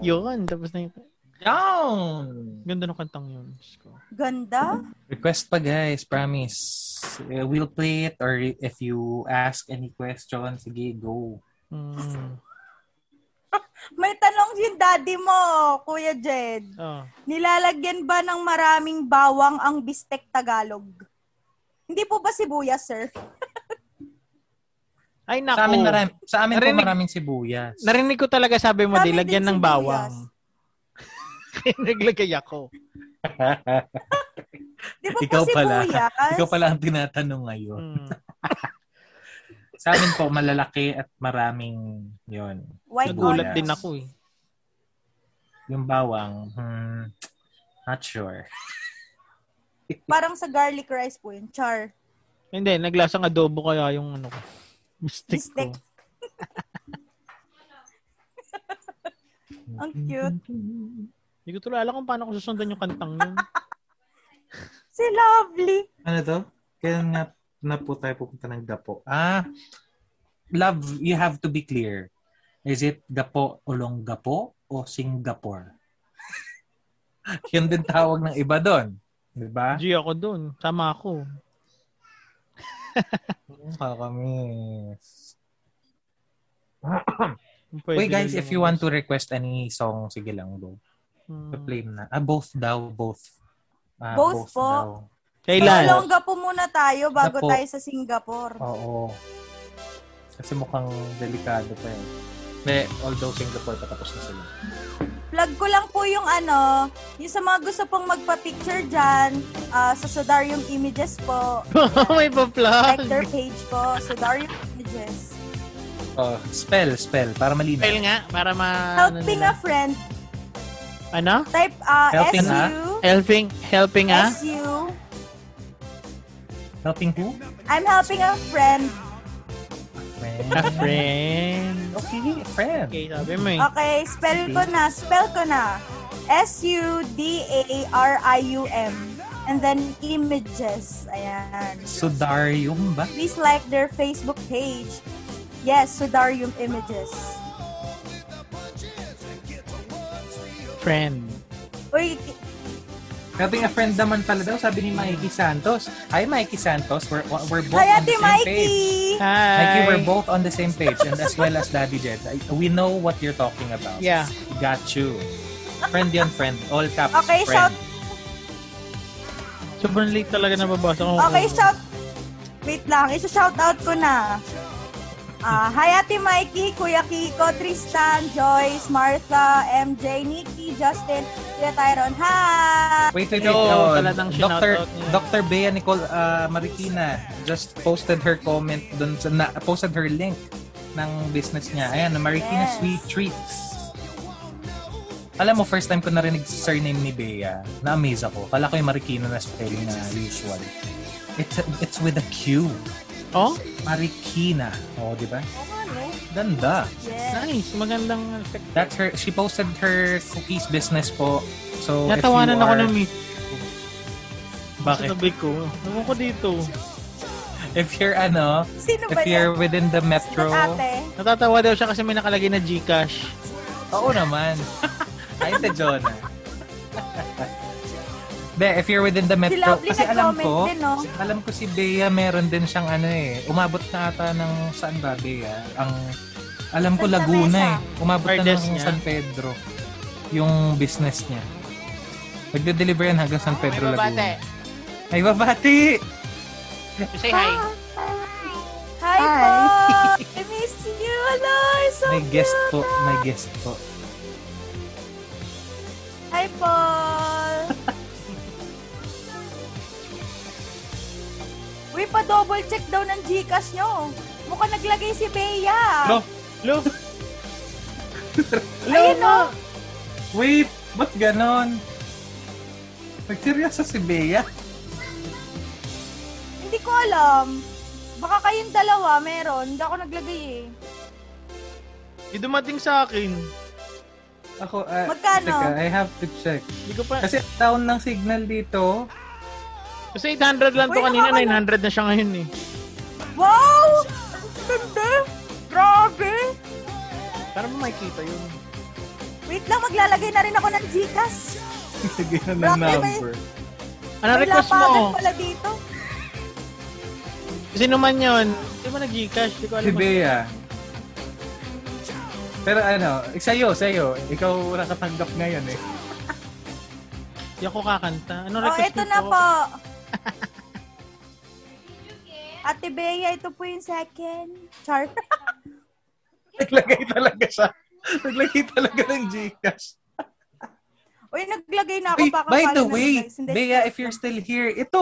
Yun, tapos na yun.
Down!
Ganda ng kantang yun. Diyos ko.
Ganda.
Request pa guys, promise. Uh, We'll play it or if you ask any question, sige, go.
Mm.
May tanong yung daddy mo, Kuya Jed.
Oh.
Nilalagyan ba ng maraming bawang ang bistek Tagalog? Hindi po ba sibuyas, sir?
Ay, naku.
Sa amin, marami, sa amin po
Narinig-
maraming sibuyas.
Narinig ko talaga sabi mo,
Sabi
di
din
lagyan ng
sibuyas.
bawang. *laughs* Kaya Naglagay ako.
Di ba
Ikaw
po
pala.
sibuyas?
Ikaw pala ang tinatanong ngayon.
Mm.
Sa amin po, malalaki at maraming yon
White onion.
Nagulat din ako eh.
Yung bawang, hmm, not sure.
Parang sa garlic rice po yun. Char.
Hindi, naglasang adobo kaya yung ano ko. Mistake ko.
Bistek. Ang
Mm-hmm.
cute.
Hindi ko tuloy alam kung paano ko susundan yung kantang yun.
Si Lovely.
Ano to? Kailan na, na po tayo pupunta ng Dapo? Ah, love, you have to be clear. Is it Dapo Olong Gapo o Singapore? *laughs* Yun din tawag ng iba doon. Di ba?
G ako dun. Sama ako.
Kakamiss.
Pwede
Wait guys,
rin
if you
yun.
want to request any song, sige lang go.
Hmm.
Play na. Ah, both daw, both. Ah,
Both po.
daw.
Kailan?
Malongga po muna tayo bago
Naku.
tayo sa Singapore.
Oo. Kasi mukhang delikado pa yun. Ne, although Singapore patapos na sila.
Plug ko lang po yung ano, yung sa mga gusto pong magpa-picture dyan, ah, sa Sodarium Images po.
*laughs* May
Like their
pa-plug.
page po, Sodarium Images.
Oh, spell, spell. Para malinaw.
Spell nga, para ma...
Helping a
ano nila.
friend.
Ano?
Type ah,
Helping
SU.
a?
Helping, helping ah?
SU.
Helping who?
I'm helping a friend.
*laughs* A
Friend.
friend.
okay, friend.
Okay, sabi mo eh.
Okay, spell ko na. Spell ko na. S-U-D-A-R-I-U-M. And then images. Ayan.
Sudarium ba?
Please like their Facebook page. Yes, Sudarium Images.
Friend.
Uy,
Helping a friend naman pala daw, sabi ni Mikey Santos. Hi, Mikey Santos. We're, we're both
kaya
on the
ti
same page.
Mikey!
Hi.
Mikey, we're both on the same page and as well as Daddy Jed. I- We know what you're talking about.
Yeah.
Got you. Friend yun, friend. All caps,
Okay,
friend.
shout-
Sobrang late talaga nababasa ko.
Okay, shout... Wait lang, isa-shout out ko na. Ah, hi Ate Mikey, Kuya Kiko, Tristan, Joyce, Martha, MJ, Nikki, Justin, Kuya Tyron. Hi!
Wait, wait, wait.
Ito,
Oh,
wala nang
Dr.
shoutout niya.
Dr. Bea Nicole ah, Marikina just posted her comment dun sa, na, posted her link ng business niya. Ayan, Marikina
Yes.
Sweet Treats. Alam mo, first time ko narinig sa surname ni Bea. Na-amaze ako. Kala ko yung Marikina na spelling na usual. It's, it's with a Q.
Oh,
Marikina. Oo, di ba? Ganda.
eh. Yes.
nice. Magandang effect.
That's her. She posted her cookies business po. So, Oh, if
Natawanan
you
ako
are-
ng meat.
Bakit?
Sa tabi ko. Naku ko dito.
If you're ano,
Sino
if
ba
you're
yan?
within the
Sino
metro.
ate?
Natatawa daw siya kasi may nakalagay na Gcash.
Oo naman. Ay, te Jonah. De, if you're within the
Si
metro,
Lovely
kasi alam
nag-comment
ko,
din, no?
alam ko si Bea meron din siyang ano eh, umabot na ata ng saan ba Bea? Ang, alam ko
Santa
Laguna eh.
Mesa.
Umabot na
Pardes
ng
niya.
San Pedro. Yung business niya. Nagde-deliver yan hanggang San Pedro, Laguna. Ay, babati!
Say hi.
Hi,
*laughs*
po! I miss you! Hello! it's So
May guest
cute.
po, may guest po.
Hi, Paul! Uy, pa-double check daw ng Gcash nyo. Mukhang naglagay si Bea.
Lo,
Hello.
Ayun, oh. no?
wait, ba't ganon? Nagseryoso si Bea.
Hindi ko alam. Baka kayong dalawa meron. Hindi ako naglagay eh.
Di dumating sa akin.
Ako, ah,
Magkano?
teka, I have to check.
Hindi ko pa.
Kasi down ng signal dito.
Kasi 800 lang to
Uy,
kanina.
nakakala-
900 na siya ngayon eh.
Wow! Ang Ganda! Grabe!
Para mo makikita yun.
Wait lang, maglalagay na rin ako ng Gcash.
Sige *laughs*
Bakit
na ng
may-
number.
Ano
May
request
lapagan
mo?
pala dito.
Sino ano man yun? Di ba nag-Gcash? Di ko alam.
Si Bea. Pero ano, eh, sa'yo, sa'yo. Ikaw nakatanggap ngayon
*laughs*
eh.
Di ako kakanta. Ano
Oh,
request
ito
mo
na
*laughs*
po. Ate Bea, ito po yung second. Char.
Naglagay talaga siya. Naglagay talaga ng Gcash.
Uy, naglagay na ako.
Uy,
Baka
by the
pala
way,
naglagay. Hindi.
Bea, if you're still here, ito,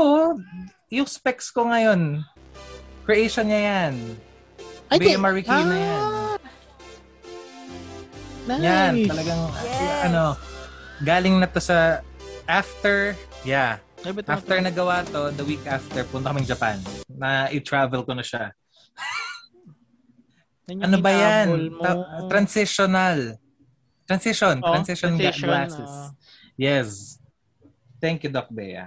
yung specs ko ngayon, creation niya yan.
Ay,
Bea
di-
Marikina
Ah!
yan.
Nice.
Yan, talagang,
Yes.
ano, galing na to sa after, yeah,
Ay, ba't
After
naka-
nagawa to, the week after, punta kaming Japan. Na i-travel ko na siya.
Yan yung
Ano ba
hinabol
yan?
mo.
Ta- transitional. Transition.
Oo,
transition, ga-
transition, oh. ah.
glasses.
oo.
yes. Thank you, Doc Bea.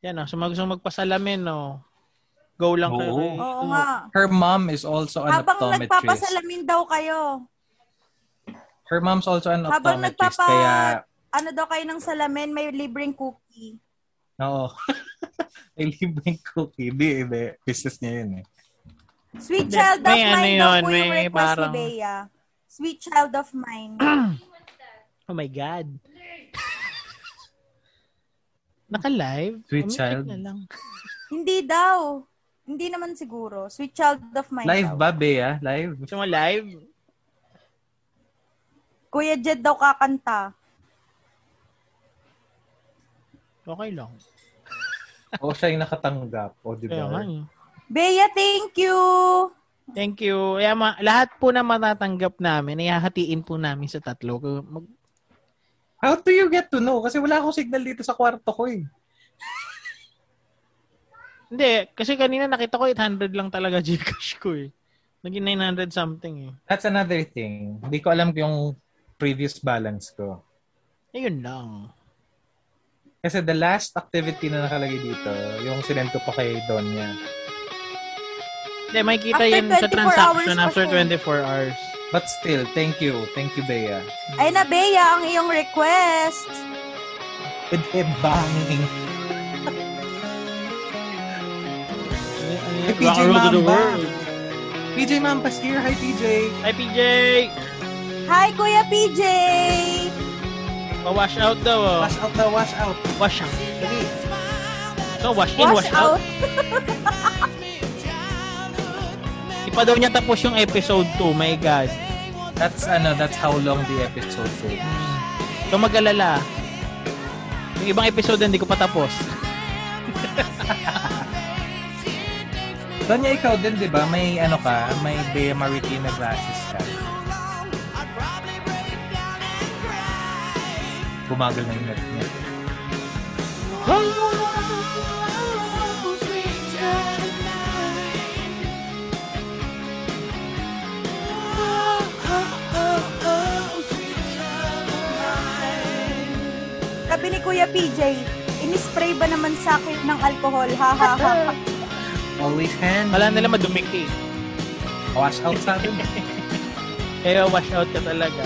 Yan oh, sa mga gustong magpasalamin, no. Go lang kayo.
Oo.
Oh,
Oo nga.
Her mom is also an
Habang
optometrist.
nagpapasalamin daw kayo,
Her mom's also an
Habang
optometrist.
nagpapa-
Kaya,
ano daw kayo ng salamin, may libreng cookie.
oo. *laughs* Ay, libreng cookie. Di, di. Business niya yun eh.
Sweet
Hindi.
Child of
May ano
Mine daw
yun,
po yung
may
request ni
parang-
Bea. Sweet Child of
*clears throat*
Mine.
Oh my God. *laughs* Naka-live?
Sweet
Umitik
child.
Na lang.
Hindi daw. Hindi naman siguro. Sweet Child of Mine
Live
daw.
ba, Bea? Live?
Gusto mo live?
Kuya Jed daw kakanta.
Okay lang.
o siya yung nakatanggap? O, di
Kaya
ba?
nga. eh.
Bea, thank you!
Thank you. Kaya ma- lahat po na matatanggap namin, ay hahatiin po namin sa tatlo. Kaya Mag-
How do you get to know? Kasi wala akong signal dito sa kwarto ko eh.
Hindi, kasi kanina nakita ko 800 lang talaga *laughs* Gcash ko eh. Naging 900 something eh.
That's another thing. Hindi ko alam yung previous balance ko.
Ayun lang.
Kasi the last activity na nakalagay dito, yung sinend ko pa kay Donya.
Hindi, makikita
After
yun sa
24
transaction
hours pa
after
siya.
24 hours.
But still, thank you. Thank you, Bea.
Ay na, Bea, ang iyong request.
With a banging. Hey,
Rock
PJ
and roll to the
Mamba.
world.
PJ Mampas here. Hi, PJ.
Hi, PJ!
Hi, Kuya PJ!
Pa-wash out daw. oh.
Wash out na wash out.
Wash out. So, wash in,
Wash
wash, out.
out.
Di pa daw niya tapos yung episode 2. My God.
That's ano, that's how long the episode will be.
So, mag-alala. Yung ibang episode hindi ko pa tapos.
Donya, ikaw din, di ba? May ano ka? May Bea Maritima glasses ka. Bumagal na yung net niya.
Sabi ni Kuya PJ, inispray ba naman sa akin ng alkohol? Ha, ha, ha.
Always hand.
Wala nila madumiki.
Wash out sa akin.
Kaya wash out ka talaga.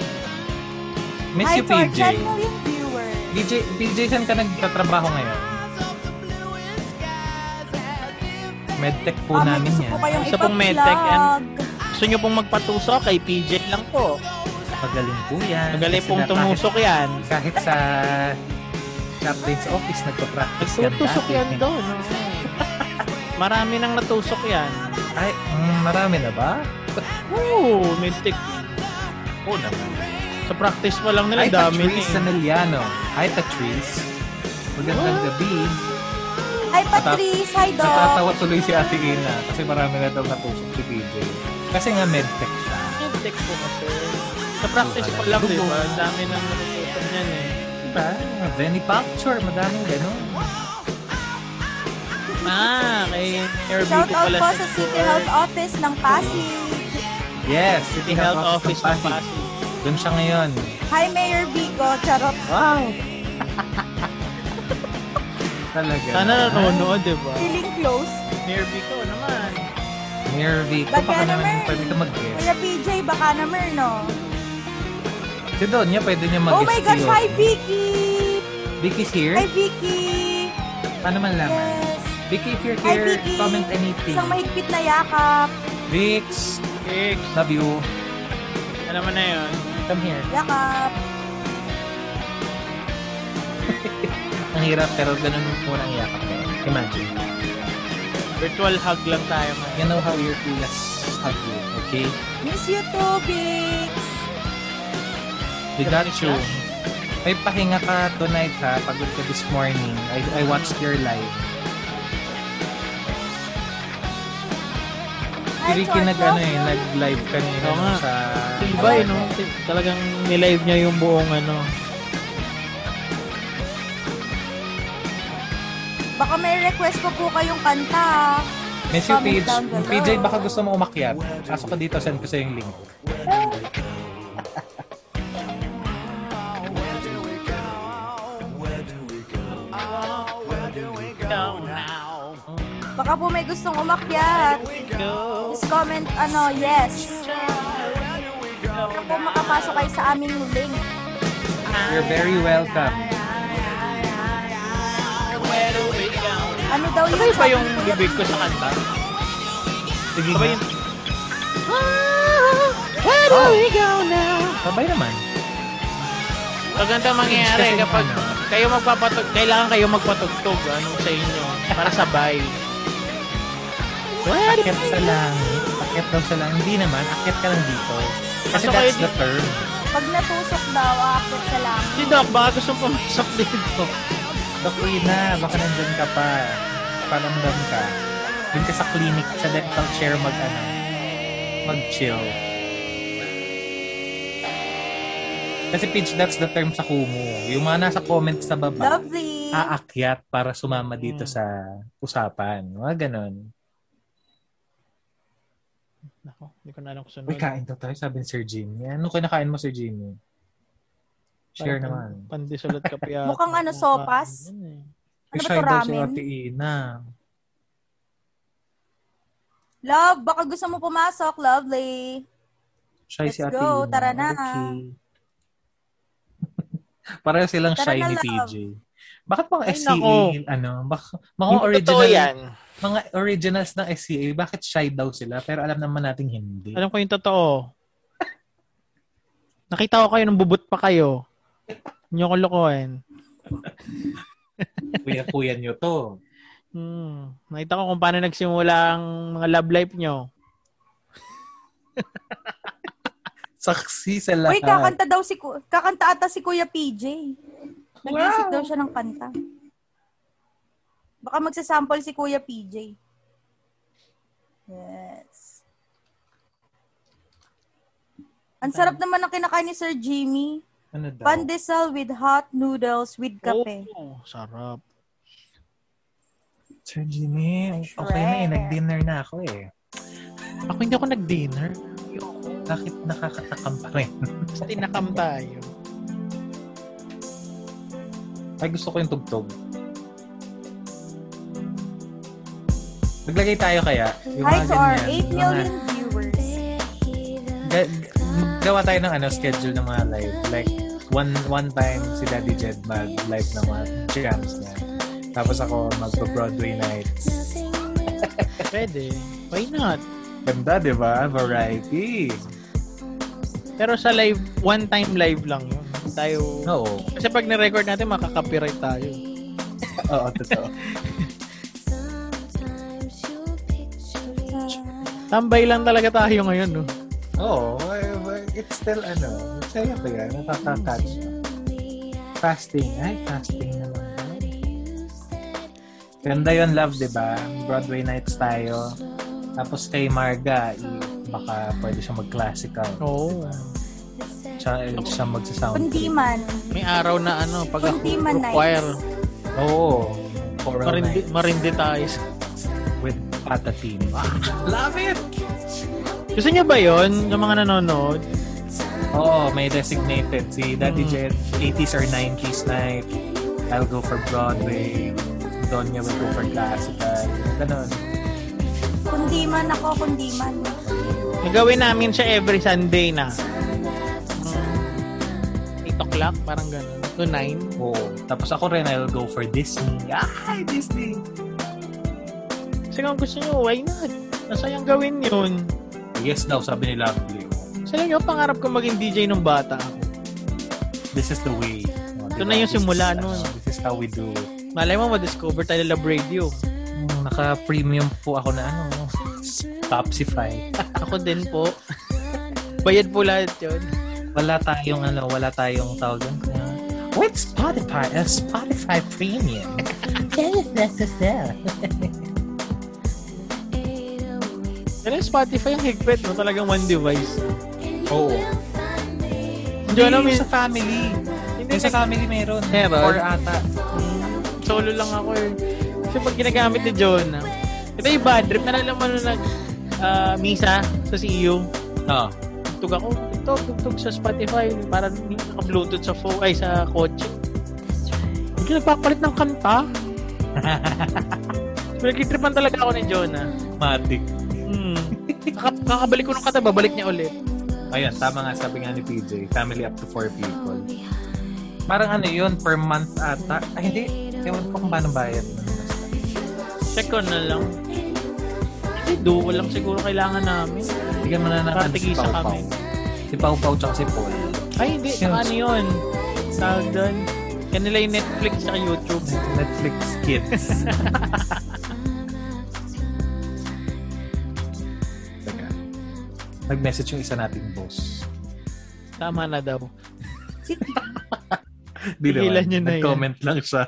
*laughs* Miss
Ay,
you, PJ.
Torchan mo yung viewer.
PJ, PJ, saan ka nagtatrabaho ngayon? Medtech po
Ah, may
namin
gusto
yan.
po kayong
Isa pong
ipag-vlog.
medtech yan. Gusto nyo pong magpatuso kay PJ lang po.
Magaling po yan.
Magaling
Kasi
pong
na-
tumusok yan.
Kahit, kahit sa chaplain's office, nagpa-practice yan.
Nagtutusok
dati.
yan doon. Marami nang natusok yan.
Ay, mm, marami na ba?
Oo, mythic.
Oo naman.
Sa practice pa lang
Ay,
nila,
ano?
dami na
Patrice
eh.
Saniliano. Ay, Patrice.
Oh.
Magandang gabi.
Ay, Patrice, hi, Dog.
Natatawa tuloy si Ate Ina kasi marami na daw natusok si PJ. Kasi nga medtech siya.
Mythic po kasi. Sa practice pa lang, di ba? Dami nang natutusok yan eh.
Diba? Venipacture, madaming gano'n.
Ah, kay Airbnb
Shout out
pala
po
si
sa City
Sir.
Health Office ng Pasig.
Yes,
City Health Office ng
Pasig.
Pasig.
Doon siya ngayon.
Hi, Mayor Vico. Charot.
Wow! Talaga.
Sana nanonood, di ba?
Feeling close.
Airbnb ko naman.
Nervy. Ko
Baka
baka naman
naman.
pwede ka mag-guess.
Kuya PJ, baka naman, no?
Si Donya, pwede niya mag-guess.
Oh my gosh,
yun.
hi, Vicky!
Vicky's here.
Hi, Vicky!
Paano man laman?
Yes.
Vicky, if you're
Hi,
here,
Vicky.
comment anything.
Isang mahigpit na yakap.
Vix,
Kicks.
love you.
Alam mo ano na yun.
Come here.
Yakap.
Ang hirap, pero ganun po ang yakap niya. Imagine.
Virtual hug lang tayo ngayon.
You know how your kulas hug you, okay?
Miss you too, Vix!
We got you. May pahinga ka tonight ha, pagod ka this morning. I, I watched your live.
Hi,
Si Ricky
George,
nag, ano
love
eh,
you.
nag-live kanina
Oo nga.
sa...
Iba eh, no? Talagang nilive niya yung buong ano.
Baka may request pa po kayong kanta.
Miss you,
Comment
PJ.
down below.
PJ, baka gusto mo umakyat. Pasok ka dito, send ko sa yung link.
Baka po may gustong umakyat. Just comment, ano, yes. Baka po makapasok kayo sa aming link.
You're very welcome.
Ano daw yun?
Sabay ba
sabi
yung
ni Kuya
bibig ko sa kanta?
Sige
Sabay
nga.
yung...
Ah!
Sabay naman.
Maganda mangyayari
Kasi
kapag
ano,
Kayo magpapatug, kailangan kayo magpatugtog ano sa inyo para sabay. What?
Akit sa langit. Akit daw sa langit. Hindi naman. Akit ka lang dito. Kasi
Pasok
that's
kayo
the term.
Pag natusok daw, aakit sa langit.
Si Doc, baka gusto mong pumasok dito.
Doc Ina, baka nandyan ka pa. Palamdam ka. Doon ka sa clinic, sa dental chair mag ano, mag-chill. Kasi Pidge, that's the term sa Kumu. Yung mga nasa comments sa baba,
Lovely. Ano
aakyat para sumama
Mm.
dito
Hmm.
sa usapan. Mga ganon.
Nako, hindi ko na alam kung sunod.
Uy, kain daw tayo, sabi ni Sir Jimmy. Ano kinakain mo, Sir Jimmy? Share naman.
Pandisulat ka pa yata.
*laughs* Mukhang ano, sopas?
Ano eh.
Uy,
Ano ba
shy daw si
to, ramen?
Ate Ina.
Love, baka gusto mo pumasok. Lovely.
Shy si
Let's
Ate
go,
Ina.
tara na.
Okay. Pareho silang
Tara
shy
na,
ni
love.
TJ. Bakit mga
Ay,
SCA,
nako.
ano, bak- mga
Hindi totoo
original,
yan.
mga originals ng SCA, bakit shy daw sila? Pero alam naman nating hindi.
Alam ko yung totoo. Nakita ko kayo nang bubut pa kayo. Hindi ko lokohin.
Kuya-kuya nyo to.
Hmm. Nakita ko kung paano nagsimula ang mga love life nyo.
Saksi sa lahat.
Uy, kakanta daw si Ku- kakanta ata si Kuya PJ. Nag-isip daw siya ng kanta. Baka magsasample si Kuya PJ. Yes. Ang
Diba?
sarap naman ang kinakain ni Sir Jimmy.
Ano daw?
Pandesal with hot noodles with kape.
Oh, sarap.
Sir Jimmy, okay na eh. Nag-dinner na ako eh.
Ako hindi ako nag-dinner.
Bakit nakakatakam pa rin?
Tapos tinakam tayo.
Ay, gusto ko yung tugtog. Maglagay tayo kaya. Yung
Hi
mga
to our
ganyan,
8
mga-
million viewers.
Ga- g- gawa tayo ng ano, schedule ng mga live. Like, one one time si Daddy Jed mag-live ng mga jams niya. Tapos ako magpa-Broadway nights.
Pwede. Why not?
Ganda, di ba? Variety.
Pero sa live, one time live lang yun. Hindi Tayo.
Oo.
Kasi pag na-record natin, makaka-copyright tayo.
Oo, totoo.
Tambay lang talaga tayo ngayon, no?
Oo. eh, It's still ano. Masaya ba yan? Nakaka-catch. Fasting. Ay, fasting naman. Ganda yun, love, di ba? Broadway nights tayo. Tapos kay Marga, i- baka pwede siya mag-classical.
Oo.
Siya, siya magsasound.
Kundiman.
May araw na ano, pag ako
Kundiman nights.
choir,
Oo. Choral
marindi,
nights
marindi tayo.
with Pata Team. Love it!
Gusto nyo ba yon Yung mga nanonood?
Oo, may designated. Si Daddy
Mm.
Jet, 80s or 90s night. I'll go for Broadway. Donya will go for classical. Ganon.
Kundiman ako, kundiman.
Nagawin namin siya every Sunday na. Mm, 8 o'clock, parang ganun. To 9.
Oo. Tapos ako rin, I'll go for Disney. Ay, Disney!
Kasi kung gusto nyo, why not? Masayang gawin yun.
Yes daw, sabi ni Lovely.
Kasi lang yung pangarap ko maging DJ nung bata ako.
This is the way. Oh,
Ito
diba?
na
This
yung
is-
simula
ano,
nun.
This is how we do it.
Malay mo, ma-discover tayo love radio.
Mm, Naka-premium po ako na ano. Popsify.
Ako din po. *laughs* Bayad po lahat yun.
wala tayong ano, wala tayong tawag doon. Kaya, With Spotify, a Spotify Premium.
Pero yung Spotify yung higpit, no? Talagang one device.
Oo.
Hindi ano,
Yung
min-
sa family.
hindi
Yung sa
nag-
family meron.
Meron?
Or ata.
solo lang ako eh. Kasi pag ginagamit ni John, ah, ito yung bad trip. Nalala mo nung nag ah, misa sa CEO,
Oo.
tugtog ako. Tugtog, tugtog sa Spotify. Parang naka-bluetooth sa phone, ay sa kotse. Hindi ka nagpapalit ng kanta. Pinag-tripan talaga ako ni John ah.
Matik.
Hmm. Kaka- kakabalik ko ng kanta, babalik niya ulit.
Ayun, tama nga sabi nga ni PJ. Family up to four people. Parang ano yun, per month ata. Ay, hindi. Ewan ko kung paano bayad.
Check ko na lang. Hindi, duo lang siguro kailangan namin.
Bigyan mo na ng ano si
Partigisa
Pau Pau.
kami.
Si Pau Pau tsaka si Paul.
Ay, hindi.
Yes.
Ano yun? Tawag doon. Kanila yung Netflix sa YouTube.
Netflix Kids. Teka. Nag-message yung isa nating boss.
Tama na daw.
Di naman.
Pigilan niyo na yan.
Nag-comment lang siya.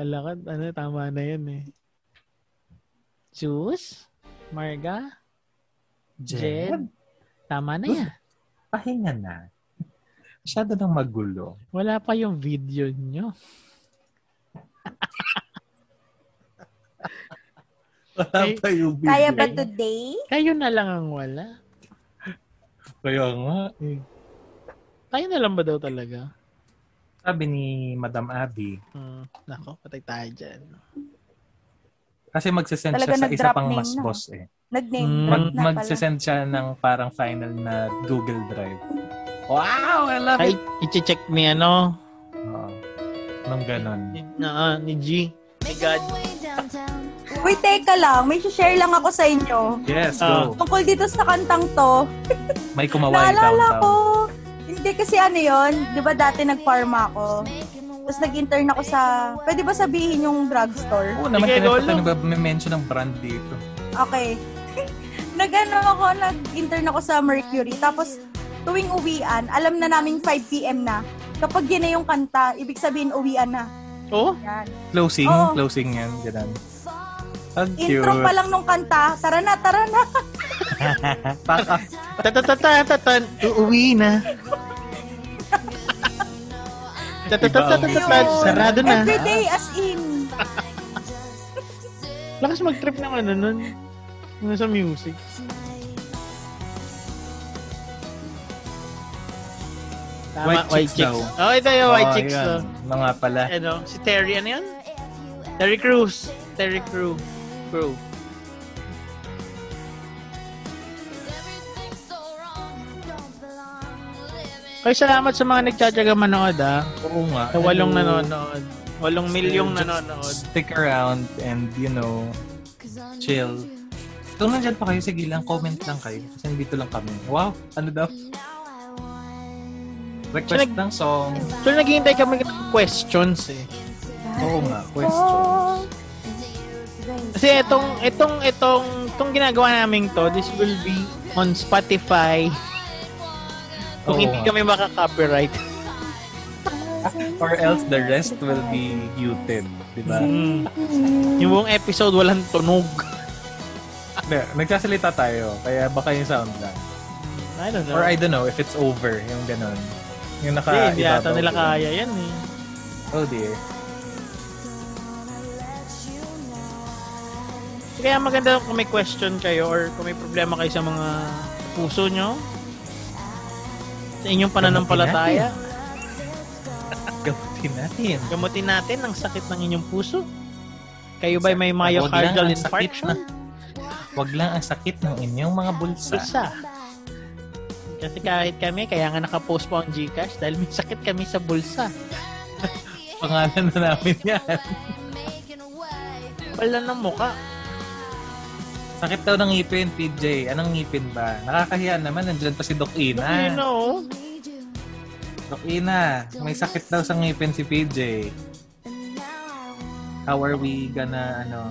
Kalakad, ano, tama na yan eh. Zeus? Marga? Jed? Tama na yan.
Pahinga na. Masyado nang magulo.
Wala pa yung video nyo.
Wala
Ay,
pa yung video.
Kaya ba today?
Kayo na lang ang wala.
Kaya nga. eh.
Tayo na lang ba daw talaga?
Sabi ni Madam Abby,
Hmm. Nako, patay tayo dyan.
kasi magsasend
Talaga
siya sa isa
nag-drop
pang
name
mas
na.
boss eh.
Nag-name
Mm,
drop
Mag,
na pala.
magsasend siya ng parang final na Google Drive. Wow! I love
Ay,
it!
i-check ni ano,
Oo. Ah, Nung ganon.
ni, na, ah, ni G. Ni God.
Uy, teka lang. May share lang ako sa inyo.
Yes,
Ah.
go!
Tungkol dito sa kantang to,
May kumaway
Ah, naalala
Oh, downtown.
ko. Hindi kasi ano yon, di ba dati nag-pharma ako? Tapos nag-intern ako sa, pwede ba sabihin yung drugstore?
Oo naman,
Sige, go,
kaya
Lu.
pa may mention ng brand dito.
Okay. *laughs* Nag-ano ako, nag-intern ako sa Mercury. Tapos, tuwing uwian, alam na namin 5pm na. Kapag yun na yung kanta, ibig sabihin uwian na.
Oh,
Yan.
Closing,
Oo.
closing yan, ganun. Ang cute. Oh,
Intro pa lang nung kanta, tara na, tara na.
Pack up.
tatatatatan, uuwi *laughs* na. oh. Tatatatatan,
Yun.
sarado na.
Everyday, as in.
Lakas mag-trip ng ano nun. Ano sa music. Tama,
White
White
Chicks
Chicks.
daw.
Oh, ito yung White
Oo,
Chicks.
yun.
to.
Ano nga pala.
Ano, si Terry, ano yun? Terry Cruz. Terry Crew. Crew. Kaya salamat sa mga nagtsatsaga manood ah.
Oo nga.
Sa walong
Hello.
nanonood. Walong milyong
Just
nanonood.
Stick around and, you know, chill. Kung nandyan pa kayo, sige lang, comment lang kayo. Kasi nandito lang kami. Wow, ano daw? Request
Siya nag-
ng song.
So, naghihintay kami ng questions eh.
Diba?
Oo nga, questions.
Kasi itong, itong, itong, itong ginagawa namin to, this will be on Spotify. Kung
Oo
hindi
nga.
kami makaka-copyright.
Or else the rest will be muted. Diba?
Mm. Yung buong episode, walang tunog.
Na- Nagsasalita tayo, kaya baka yung sound lang.
I don't know.
Or I don't know if it's over, yung ganun. Yung
Hindi,
naka
hindi yata nila kaya yan eh.
Oh dear.
Kaya maganda kung may question kayo or kung may problema kayo sa mga puso nyo. Sa inyong pananampalataya.
Gamutin natin.
Gamutin natin ang sakit ng inyong puso. Kayo ba may
Huwag
myocardial
lang ang sakit
infarction?
na- Huwag lang ang sakit ng inyong mga bulsa.
Isa. Kasi kahit kami, kaya nga nakapost pa ang Gcash dahil may sakit kami sa bulsa.
*laughs* Pangalan na namin yan.
Wala ng muka.
Sakit daw ng ngipin, PJ. Anong ngipin ba? Nakakahiya naman, nandyan pa si Doc
You
Ina.
know?
Doc Ina, may sakit daw sa ngipin si PJ. How are we gonna, ano?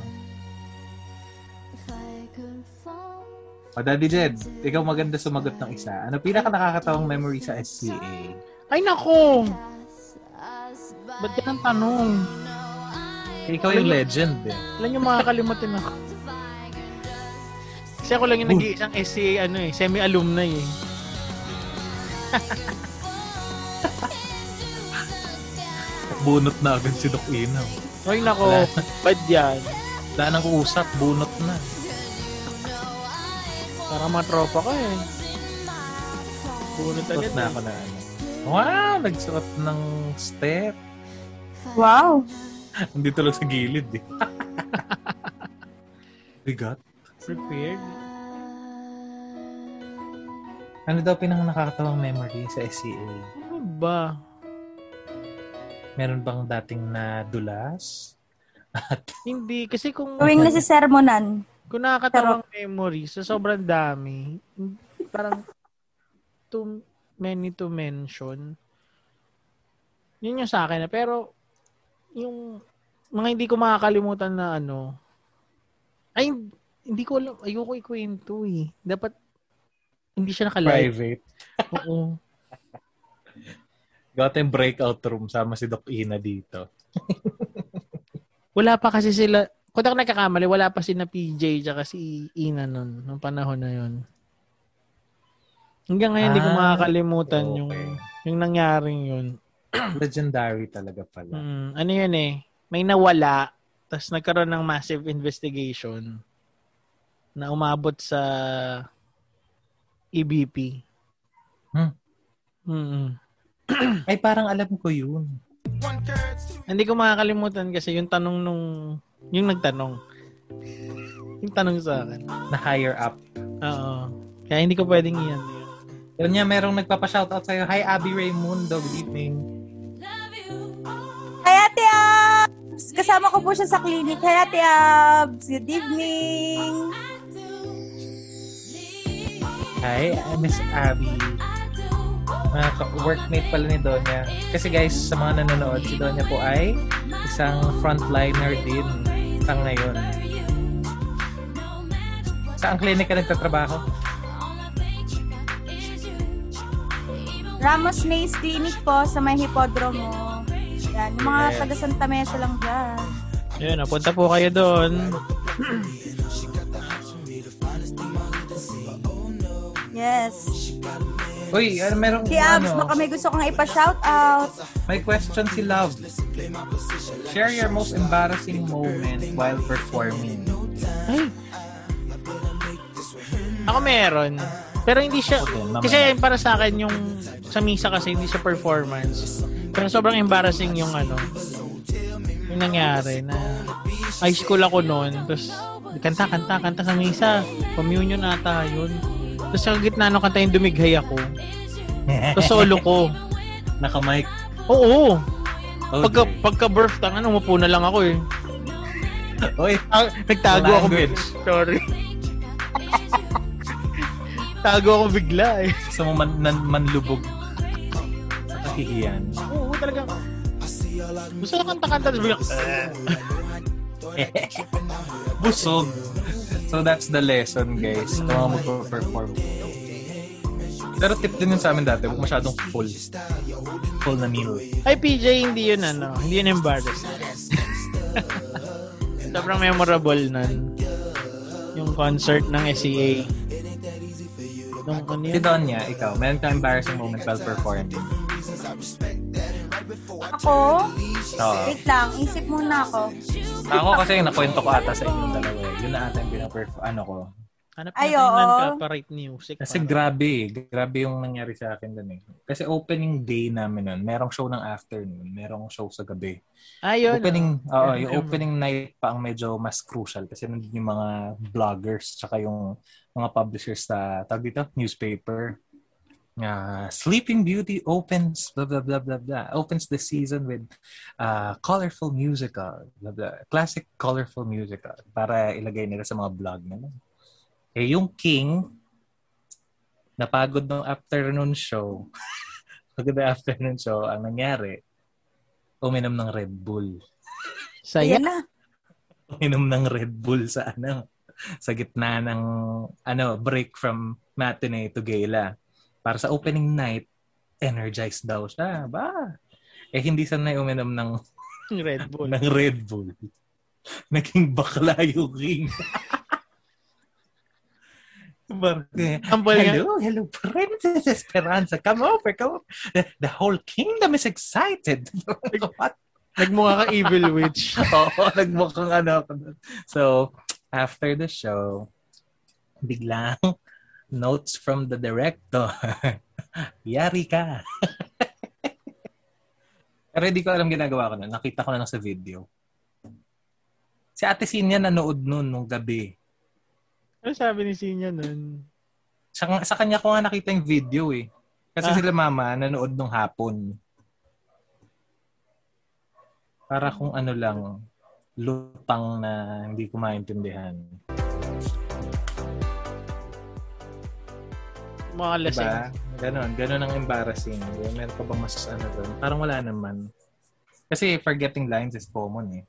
O, Daddy Jed, ikaw maganda sumagot ng isa. Ano pinaka nakakatawang memory sa SCA?
Ay nako! Ba't ka nang tanong?
Ikaw yung legend eh.
Alam nyo makakalimutin ako. Kasi ako lang yung nag-iisang SCA ano eh, semi-alumni eh.
Bunot na agad si Doc Ina.
Ay nako, bad yan.
Daan ang usap, bunot na.
Para mga tropa ko eh. Punod
Suot
agad eh.
na
na.
ako na. ano. Wow, nagsuot ng step. *laughs*
Wow.
Hindi lang sa gilid eh. *laughs* Bigat.
Prepared.
Ano daw pinang nakakatawang memory sa SCA?
Ano ba?
Meron bang dating na dulas? At
Hindi, kasi kung,
Tuwing nasisermonan.
kung nakakatawang memory, sa sobrang dami, parang too many to mention. Yun yung sa akin. na- Pero, yung mga hindi ko makakalimutan na ano, ay, hindi ko alam, ayoko ikwento eh. Dapat, hindi siya nakalive.
Private.
Oo.
Got breakout room. Sama si Doc Ina dito.
Wala pa kasi sila, kung ako nagkakamali, wala pa si na PJ tsaka si Ina nun, nung panahon na yun. Hanggang ngayon, hindi ko
Ah,
makakalimutan
okay.
yung, yung nangyaring yun.
Legendary talaga pala.
Mm, ano yun eh, may nawala, tapos nagkaroon ng massive investigation na umabot sa EBP.
Hmm.
Mm-mm.
Ay, parang alam ko yun.
Hindi ko makakalimutan kasi yung tanong nung, yung nagtanong. yung tanong sa akin.
Na higher up.
Oo. Kaya hindi ko pwedeng iyan.
Yun niya, merong nagpapa-shoutout sa'yo. Hi, Abby Raymundo. Good evening.
Hi, Ate Abs! Kasama ko po siya sa clinic. Hi, Ate Abs! Good evening!
Hi, Miss Abby. Mga ka- workmate pala ni Donya. Kasi guys, sa mga nanonood, si Donya po ay isang frontliner din sa ngayon. Saan clinic ka nagtatrabaho?
Ramos Mays Clinic po sa may hipodromo. Yan, yung mga
Yes.
taga Santa Mesa lang dyan.
Yun, punta po kayo doon.
Yes.
Uy, ano, merong
Si Abs,
ano,
baka may gusto kang ipa-shoutout.
may question si Love. Share your most embarrassing moment while performing.
Ay. Ako meron. Pero hindi siya,
naman.
kasi para sa akin yung sa misa kasi hindi siya performance. Pero sobrang embarrassing yung ano, yung nangyari na high school ako noon. Tapos kanta, kanta, kanta sa misa. Communion ata yun. Tapos sa gitna nung kanta yung dumighay ako. Tapos
*laughs*
solo ko.
Naka-mic.
Oo.
Oh,
Pagka,
dear.
pagka-birth, tangan, umupo na lang ako eh.
Uy,
Ah, nagtago ako
Language.
bigla. Sorry. *laughs* Tago ako bigla eh.
gusto mo man, nan, manlubog sa kahihiyan.
Oo, talaga. Gusto ko kanta-kanta, tapos bigla, eh.
Busog. So that's the lesson, guys. Kung mga magpo-perform. Pero tip din yun sa amin dati, huwag masyadong full. Full na meal.
Ay, PJ, hindi yun ano. Hindi yun embarrassing. *laughs* Sobrang memorable nun. Yung concert ng E SEA. Nung ano
Si
yun?
Donya, ikaw, meron ka embarrassing moment while performing.
Ako?
Oo.
Wait lang, isip muna ako.
Ako kasi nakwento ko ata sa inyong dalawa. eh. Yun na ata yung pinaperf- ano ko.
Hanap
Ay,
natin ng
oo.
copyright music.
Kasi
para-
grabe eh. Grabe yung nangyari sa akin dun eh. Kasi opening day namin nun. Merong show ng afternoon. Merong show sa gabi.
Ayun.
opening,
oh.
oo,
Yun,
yung
yun.
opening night pa ang medyo mas crucial kasi nandun yung mga vloggers tsaka yung mga publishers sa, tawag dito, newspaper. Uh, Sleeping Beauty opens blah blah blah blah blah opens the season with uh, colorful musical blah blah classic colorful musical para ilagay nila sa mga vlog nila. Eh yung King napagod ng afternoon show. *laughs* Pagod ng afternoon show, ang nangyari, uminom ng Red Bull
Saya.
Ayan na.
inom ng Red Bull sa ano sa gitna ng ano break from matinee to gala para sa opening night energized daw siya ba eh hindi sanay uminom ng
Red
*laughs*
Bull.
ng Red Bull naging bakla yung king Barke.
Humble nga.
hello, hello, Princess Esperanza. Come over, come over. The, the whole kingdom is excited. What
Nagmukha ka evil witch.
*laughs* Oo, nagmukhang ano ako doon. So, after the show, biglang notes from the director. *laughs* Yari ka. *laughs* Pero hindi ko alam ginagawa ko na. Nakita ko na lang sa video. Si Ate Sinya nanood noon nung gabi.
Ano sabi ni Sinya nun?
Sa, sa kanya ko nga nakita yung video eh. Kasi
Ah.
sila mama nanood nung hapon. Para kung ano lang, lutang na hindi ko maintindihan.
Mga lasing.
Diba? Ganon, ganon ang embarrassing. Meron pa bang mas ano doon? Parang wala naman. Kasi forgetting lines is common eh.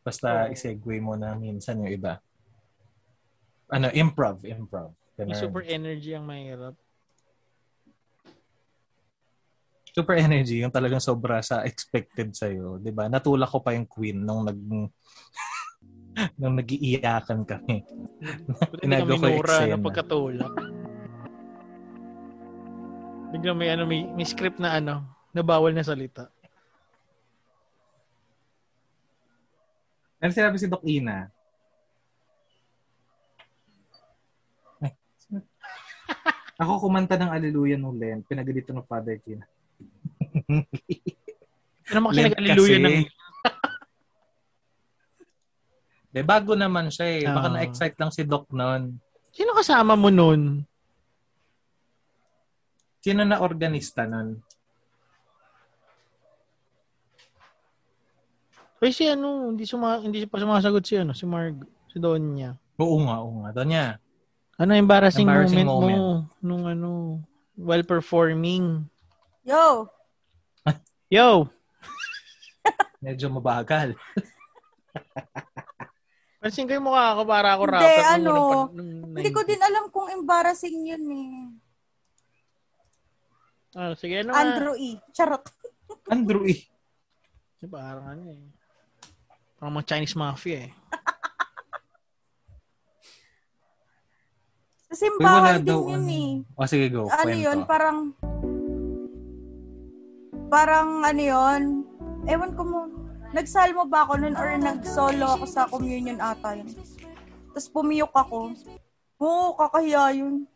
Basta isegue mo na minsan yung iba. Ano, improv, improv. Ganun.
Yung
Super,
super energy ang mahirap.
energy, yung talagang sobra sa expected sa'yo. 'di ba Natulak ko pa yung queen nung nag... *laughs* nung nag-iiyakan kami.
Buti hindi
Tinago
kami
ko yung
nura
eksena.
na pagkatulak. Biglang may ano, may, may script na ano, na bawal na salita.
Ano sinabi si Doc Ina? Ay,
*laughs*
sino- Ako kumanta ng Alleluia nung Lent. Pinagalito ng Father Tina.
Ano mo kasi
Lent
nag-aliluya
kasi.
ng...
*laughs* De, bago naman siya eh. Baka
Ah.
na-excite lang si Doc noon.
Sino kasama mo nun?
Sino na organista noon?
Ay, si ano, hindi, suma, hindi pa sumasagot si ano, si Marg, si Donya.
Oo nga, oo nga. Donya.
Ano embarrassing,
Embarrassing moment.
moment, mo nung ano, while performing?
Yo!
Yo!
Medyo mabagal.
Pansin ko yung mukha ako para ako
Hindi,
rapper. nung
ano,
unang pan- nung
Hindi ko
90s.
din alam kung embarrassing yun eh.
Ah, sige, ano nga?
Andrew E. Charot.
Andrew eh.
Yung Parang ano eh. Parang mga Chinese mafia eh.
Sa
Uy, wala
simbahan din
daw.
yun
ano.
eh.
O sige, go.
Ano
kwento.
yun, parang... Parang ano yun, ewan ko mo, nagsalmo ba ako nun or nag-solo ako sa communion ata yun. Tapos pumiyok ako. Oo, kakahiya yun.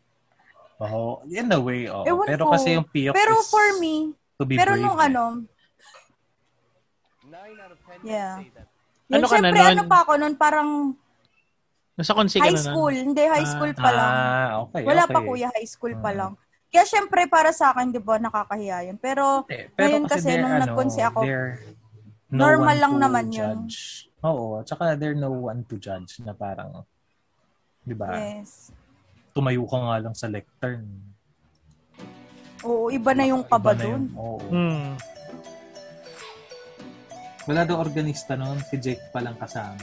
Oo. in a way, oo.
Ewan
Pero
ko.
kasi yung piyok
Pero
is
for me,
to be
pero
brave.
eh.
eh.
nung ano, yeah. Yun,
Ano ka na
syempre,
nun?
ano pa ako nun, parang
Nasa konsi ka
high
na nun.
school. Hindi, high
Ah,
school pa lang.
Ah, okay,
Wala
okay.
pa kuya, high school pa
Mm.
lang. Kaya syempre para sa akin, 'di ba, nakakahiya 'yun. Pero
Eh,
Ngayon kasi
there,
nung nag-consi ako,
there-
normal
one
lang
to
naman yun.
judge. yun. Oo, at saka there no one to judge na parang, di
Ah.
ba,
yes.
tumayo ka nga lang sa lectern.
Oo, iba na yung
Iba
kaba
na yun.
doon.
Oo.
Hmm.
Wala daw organista noon, si Jake pa lang kasama.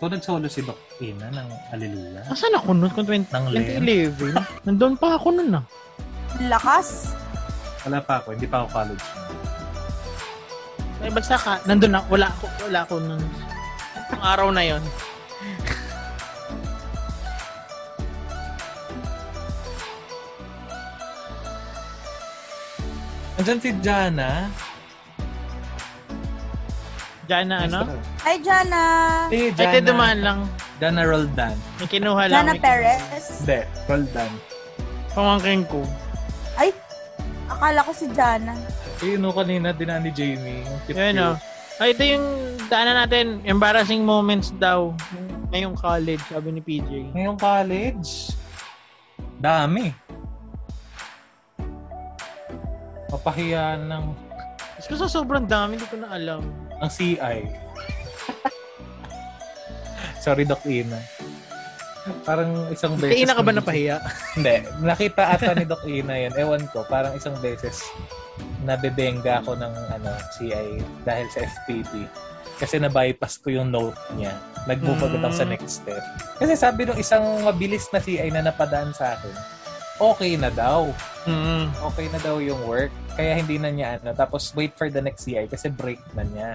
So nag-solo si Doc Ina ng Alleluia.
Asan ako nun? Kung 20,
Nang Len.
2011? Nandun pa ako nun ah.
Lakas.
Wala pa ako, hindi pa ako college. noon.
Ay, basta ka. Nandun na. Wala ako. Wala ako nun. Ang araw na yon.
Nandyan si Jana.
Diyan na ano?
Ay, Jana.
Si
Ay,
Eh, Jana.
kaya dumaan lang.
Jana Roldan.
May kinuha lang.
Jana
May-
Perez.
Hindi, Roldan.
Pamangkin ko.
Ay, akala ko si Jana.
Eh, no, kanina, dinaan ni Jamie. Yung cute-cute.
Yun o. oh. Ay, ito yung daanan natin. Embarrassing moments daw. Ngayong college, sabi ni PJ.
Ngayong college, dami. Papahiya ng,
Mas ko sa sobrang dami, hindi ko na alam.
ng CI. *laughs* Sorry, Doc Ina. Parang isang beses.
Kaina ka ba napahiya?
Hindi. Nakita ata ni Doc Ina yun. Ewan ko. Parang isang beses nabebenga ako ng ano, CI dahil sa FPP. Kasi na-bypass ko yung note niya. Nag-move
Mm.
agad ako sa next step. Kasi sabi nung isang mabilis na CI na napadaan sa akin, okay na daw.
Mm.
Okay na daw yung work. Kaya hindi na niya ano. Tapos wait for the next CI kasi break na niya.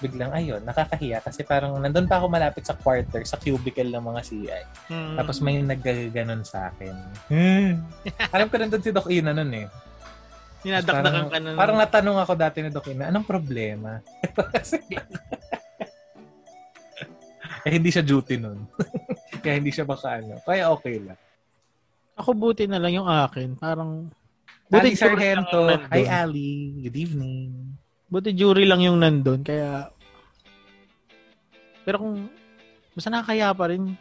Biglang ayun, nakakahiya kasi parang nandun pa ako malapit sa quarter, sa cubicle ng mga CI.
Mm.
Tapos may naggaganon sa akin. Hmm. *laughs* Alam ko nandun si Doc Ina nun eh.
Dinadakdakan ka na.
Parang natanong ako dati ni Doc Ina, anong problema? *laughs* Kasi- eh, hindi siya duty nun. *laughs* Kaya hindi siya baka ano. Kaya okay lang.
ako buti na lang yung akin. Parang,
Ali
jury lang
Sargento.
yung nandun.
Hi, Ali. Good evening.
Buti jury lang yung nandun. Kaya, pero kung, basta nakakaya pa rin.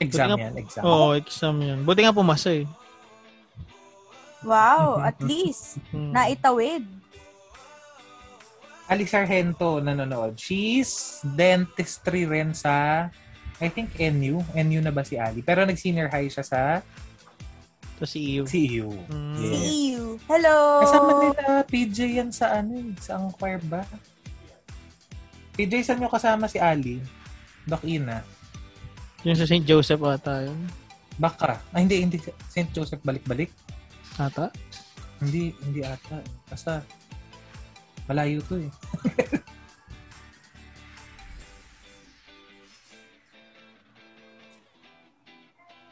Exam
Buti nga-
yan, exam.
Oo, oh, exam yun. Buti nga pumasa eh.
*laughs*
Wow, at least.
Mm.
Naitawid.
Ali Sargento nanonood. She's dentistry rin sa I think NU. NU na ba si Ali? Pero nag-senior high siya sa E
To see you.
CU.
Mm.
Yes.
See you. Hello.
Kasama nila PJ yan sa ano eh, sa ang choir ba? PJ, saan nyo kasama si Ali? Doc Ina?
Yung sa St. Joseph ata yun.
Baka. Ah, hindi, hindi. St. Joseph balik-balik?
Ata?
Hindi, hindi ata. eh. Basta, malayo to eh.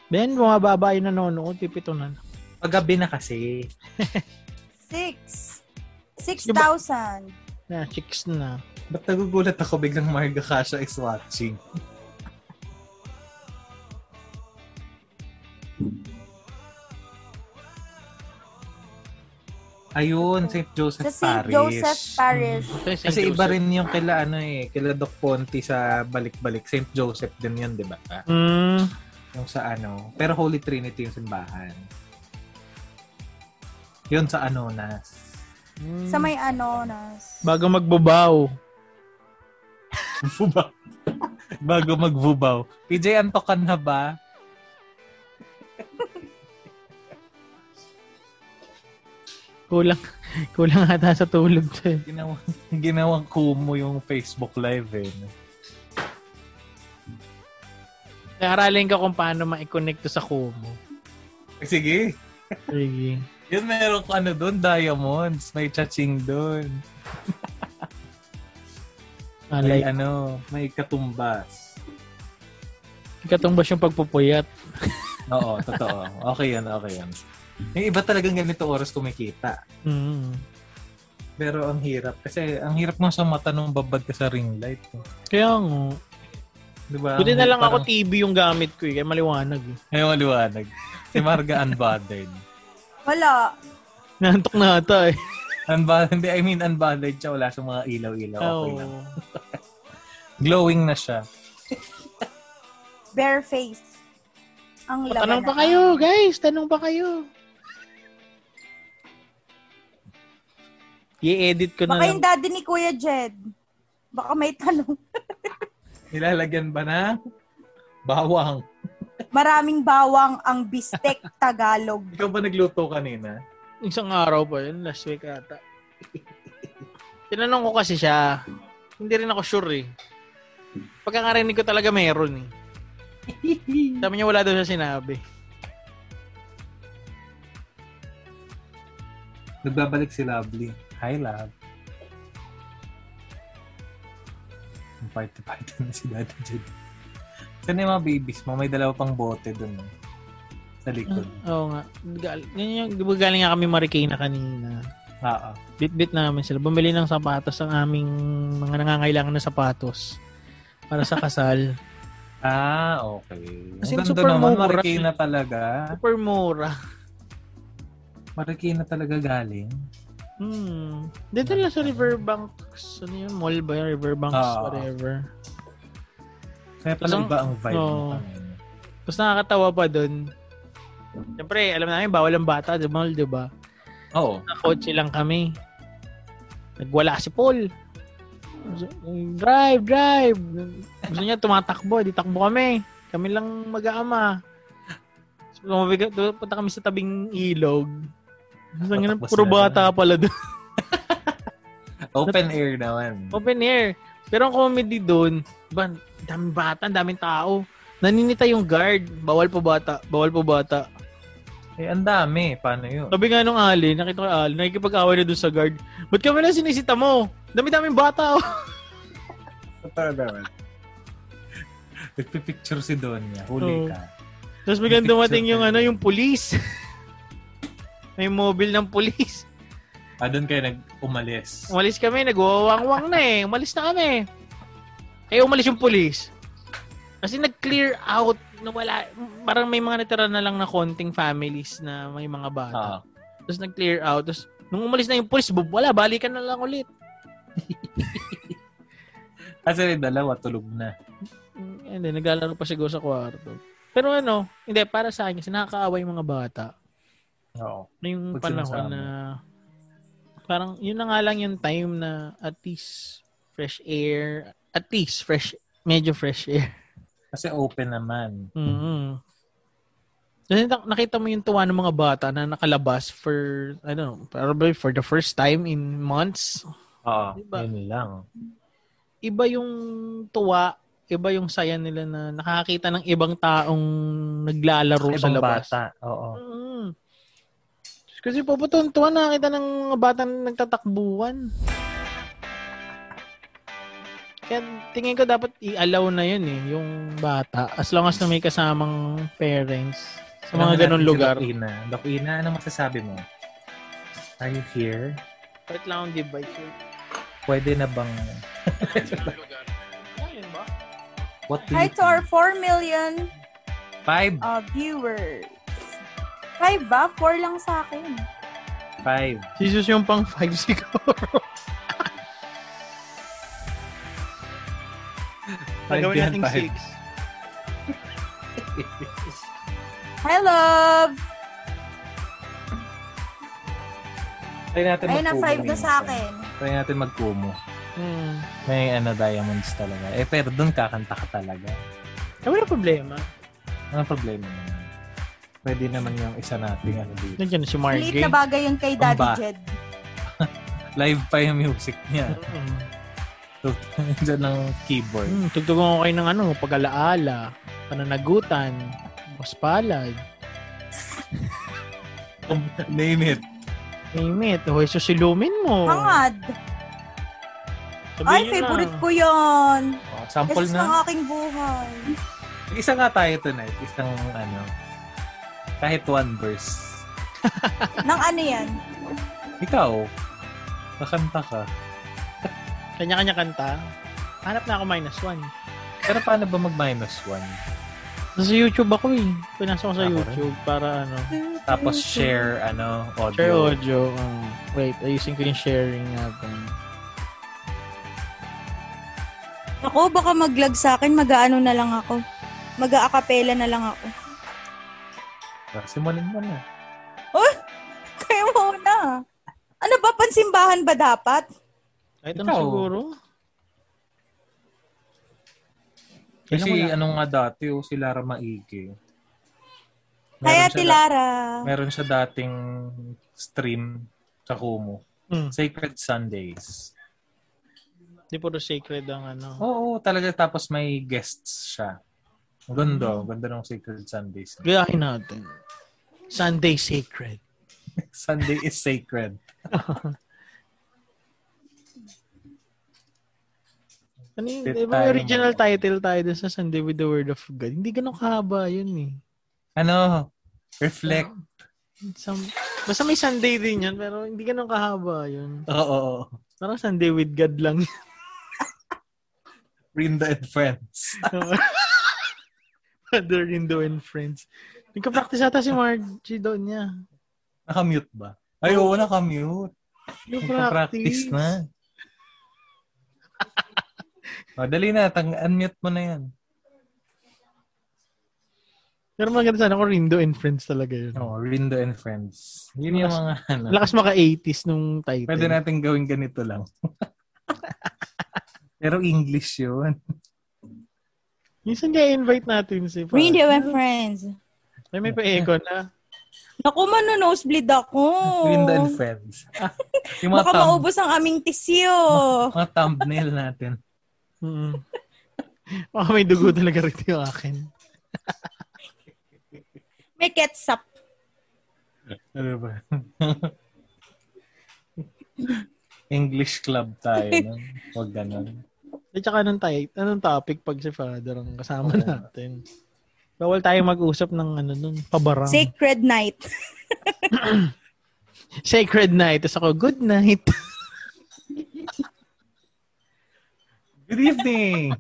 Ben, mga babae na nanonood, pipito na.
Paggabi na kasi.
Six. 6,000.
Na, chicks na.
Ba't nagugulat ako biglang Marga Kasha is watching? Ayun, St. Joseph
Sa St.
Parish.
Joseph Parish.
Kasi iba rin yung kila ano eh, kila Doc Ponti sa balik-balik. St. Joseph din yun, di ba?
Mm,
Yung sa ano. Pero Holy Trinity yung simbahan. Yun sa ano Anonas.
mm.
Sa may ano nas.
Bago magbabaw.
Vubaw. *laughs* Bago magvubaw. PJ, antok ka na ba?
Kulang, *laughs* kulang ata sa tulog to eh.
Ginawa, ginawang *laughs* kumo yung Facebook Live eh.
Naaralin ka kung paano ma-connect to sa Kumu.
Sige.
Sige.
Yun meron ko ano doon, diamonds. May chaching doon. May
Alay.
ano, may katumbas.
Katumbas yung pagpupuyat.
Oo, totoo. Okay yun, okay yun. Yung iba talagang ganito oras kumikita.
Mm.
Pero ang hirap. Kasi ang hirap mo sa mata nung babad ka sa ring light. eh.
Kaya nga.
Di ba?
Buti na lang ako
Parang-
TV yung gamit ko eh. Kaya maliwanag eh. *laughs*
Ay, maliwanag. Si Marga unbothered.
Wala.
Nantok na ata eh.
Unbothered, hindi, I mean unbothered siya. Wala siyang mga ilaw-ilaw. Okay lang.
Oo.
Glowing na siya.
Bare face. Ang laban.
Tanong
na-
pa kayo, guys. Tanong pa kayo. I-edit ko na
Baka
lang.
yung daddy ni Kuya Jed. Baka may tanong. *laughs*
Nilalagyan ba ng bawang?
Maraming bawang ang bistek Tagalog.
Ikaw ba nagluto kanina?
Isang araw pa yun. Last week ata. *laughs* Tinanong ko kasi siya. Hindi rin ako sure eh. Pagkakarinig ko talaga
*laughs*
meron eh. Sabi niya wala daw siya sinabi.
Nagbabalik si Lovely. Hi, Love. Ang party-party na si Daddy Jed. Saan yung mga babies mo? May dalawa pang bote dun. eh. Sa
Hmm.
likod.
Oo nga. Gal- yun yung, di ba galing nga kami Marikina kanina.
Oo.
Bit-bit namin sila. Bumili ng sapatos ang aming mga nangangailangan ng sapatos para sa kasal.
Ah, okay.
As in,
Ang
super
ganda naman.
mura.
Marikina talaga.
Super mura.
Marikina talaga galing.
Hmm. Dito lang sa Riverbanks. Ano yun? Mall ba yun? Riverbanks,
Oo.
whatever.
Kaya pala
Isang-
iba ang vibe
Oo.
mo. kanina.
Tapos nakakatawa pa doon. Siyempre, alam namin, bawal ang bata sa mall, di ba?
Oo.
Nakotse lang kami. Nagwala si Paul. Drive, drive! Gusto niya tumatakbo, di takbo kami. Kami lang mag-aama. So, tumabi- Punta kami sa tabing ilog. Gusto nga,
Tatakbo
puro
sila
bata pala doon. *laughs*
Open air naman.
Open air. Pero ang comedy doon, ba, daming bata, daming tao. Naninita yung guard. Bawal po bata, bawal po bata.
Eh, ang dami. Paano yun?
Sabi nga nung Ali, nakita ko kay Ali, nakikipag-away na doon sa guard. Ba't kami lang sinisita mo? Dami-daming bata. Oh.
Totoo naman. Nagpipicture si Donya. Huli
Oo.
ka.
Tapos biglang
Picture
dumating yung
tayo.
ano, yung police. *laughs* May mobile ng police.
Ah, doon kayo nag-umalis.
Umalis kami, nagwawangwang na eh. Umalis na kami. Kaya umalis yung police. Kasi nag-clear out. Nawala, parang may mga natira na lang na konting families na may mga bata.
Ah,
Tapos nag-clear out. Tapos nung umalis na yung police, bub, wala, balikan na lang ulit.
kasi Ah, yung dalawa tulog na.
And then, naglalaro pa siguro sa kwarto. Pero ano, hindi, para sa akin, kasi nakakaawa yung mga bata.
Oo.
Yung
Pag
panahon
sinasama.
na, parang, yun na nga lang yung time na at least fresh air, *laughs* at least fresh, medyo fresh air.
Kasi open naman.
Mm-hmm. Kasi nak- nakita mo yung tuwa ng mga bata na nakalabas for, I don't know, probably for the first time in months.
Oo.
Diba?
Yun lang.
Iba yung tuwa, iba yung saya nila na nakakita ng ibang taong naglalaro sa
Ibang
labas.
bata. Oo.
Mm. Kasi puputong tuwa nakakita ng mga bata na nagtatakbuhan. Kaya tingin ko dapat i-allow na yun eh, yung bata. As long as na may kasamang parents sa mga ganun lugar.
Dokina. Dokina, ano masasabi mo? Are you here?
Wait lang ang device. yun.
Pwede na bang...
Ayun ba?
What do you
Hi to our 4 million
think? Five.
uh, viewers. Five ba? Four lang sa akin.
Five.
Si Jesus yung pang 5 siguro.
Five
Nagawin
yan,
nating
five.
6.
Hi, love!
Try natin
Ayun na,
magkumo
five na
minsan.
sa akin.
Try natin magkumo.
Hmm.
May ano, diamonds talaga. Eh, pero doon kakanta ka talaga.
Eh, wala problema.
Ano problema naman? Pwede naman yung isa nating ano dito.
Nandiyan na si
Late
Margay.
na bagay yun kay Daddy
Ang ba-
Jed.
Live pa yung music niya. *laughs*
Mm.
So, Diyan ng keyboard.
Hmm, tugtugan ko kayo ng ano, pag-alaala, pananagutan, paspalad,
Name it.
name it. O, susilumin mo.
Hangad!
Sabihin
Ay,
nyo
favorite
na.
ko yun!
Oh, sample
Jesus ng
na.
aking buhay.
Isa nga tayo tonight. Isang ano. Kahit one verse.
Nang ano yan?
Ikaw. Kakanta ka.
Kanya-kanya kanta. Hanap na ako minus one.
Pero paano ba mag-minus one?
Sa YouTube ako eh. Pinasok ko sa
Ako rin.
YouTube para ano,
Tapos share, ano, audio.
share audio. Um, wait, ayusin ko yung sharing natin.
Ako, baka maglag sa akin, mag-ano na lang ako. Mag-aakapela na lang ako.
Ah, Simulan mo na.
*laughs* Kayo muna. Ano ba, pansimbahan ba dapat?
Kahit
Ikaw.
ano siguro.
Kasi
Kailan
ano nga dati, oh, si Lara Maike. Meron
Kaya
siya
Tilara.
meron siya dating stream sa Kumu.
Hmm.
Sacred Sundays.
Di puro sacred ang ano.
Oo, talaga. Tapos may guests siya. Ang Ganda. ang Ganda ng Sacred Sundays.
Gayahin natin. Sunday sacred.
Sunday is sacred.
Ano yung,
Sit
di ba,
tayo ano.
original
naman.
title tayo dun sa Sunday with the Word of God. Hindi ganun kahaba yun eh.
Ano? Reflect.
Some, basta may Sunday din yun, pero hindi ganun kahaba yun.
Oo. oo, oo.
Parang Sunday with God lang. *laughs*
Rinda and Friends.
Brother Indo and friends. Nagka-practice ata si Margie doon niya.
*laughs* Nakamute ba? Ay, oo, nakamute. Nagpa-practice
*laughs*
na. o, Oh, dali na. Tang-unmute mo na yan.
Pero maganda sana kung Rindo and friends talaga yun.
Oo, Rinda and Friends. Yun yung mga ano.
Lakas maka-80s nung title.
Pwede natin gawin ganito lang. Pero English yun.
Minsan kaya invite natin si Pat.
Rindu and Friends.
Ay, may pa-echo na.
Naku, mano, nosebleed ako.
Rinda and Friends. Ah, yung mga,
Baka
thumb,
maubos ang aming tisyo.
mga thumbnail natin.
Mm-mm. Baka may dugo talaga rito yung akin.
May ketchup.
Ano ba? *laughs* English club tayo. No? Huwag ganun.
At saka anong, tay- anong topic pag si Father ang kasama natin? Bawal tayo mag-usap ng ano nun, pabarang.
Sacred night.
Sacred night. Tapos ako, good night. *laughs*
Good evening!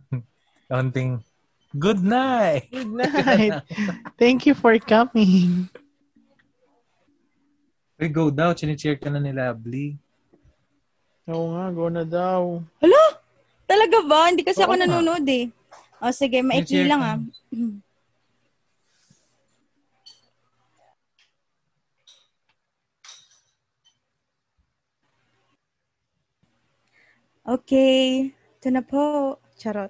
Kaunting, good night!
good night. Thank you for coming.
We go daw, chinicheer ka na nila, Bli.
Oo nga, go na daw.
Hala? Talaga ba? Hindi kasi
Oo
ako
nga.
nanonood eh. O sige, maikli
Cheer
lang
ka.
ah. Okay. Ito na po. Charot.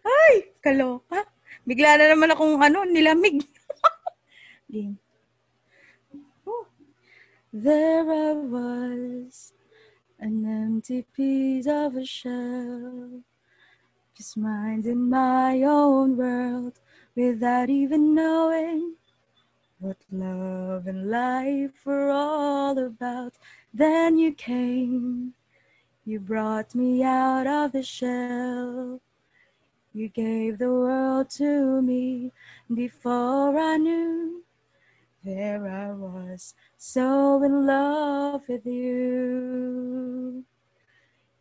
Ay! Kaloka. Bigla na naman akong ano, nilamig. *laughs* Game. Oh. There I was, an empty piece of a shell, just minding my own world without even knowing what love and life were all about. Then you came, you brought me out of the shell. You gave the world to me before I knew. There I was, so in love with you.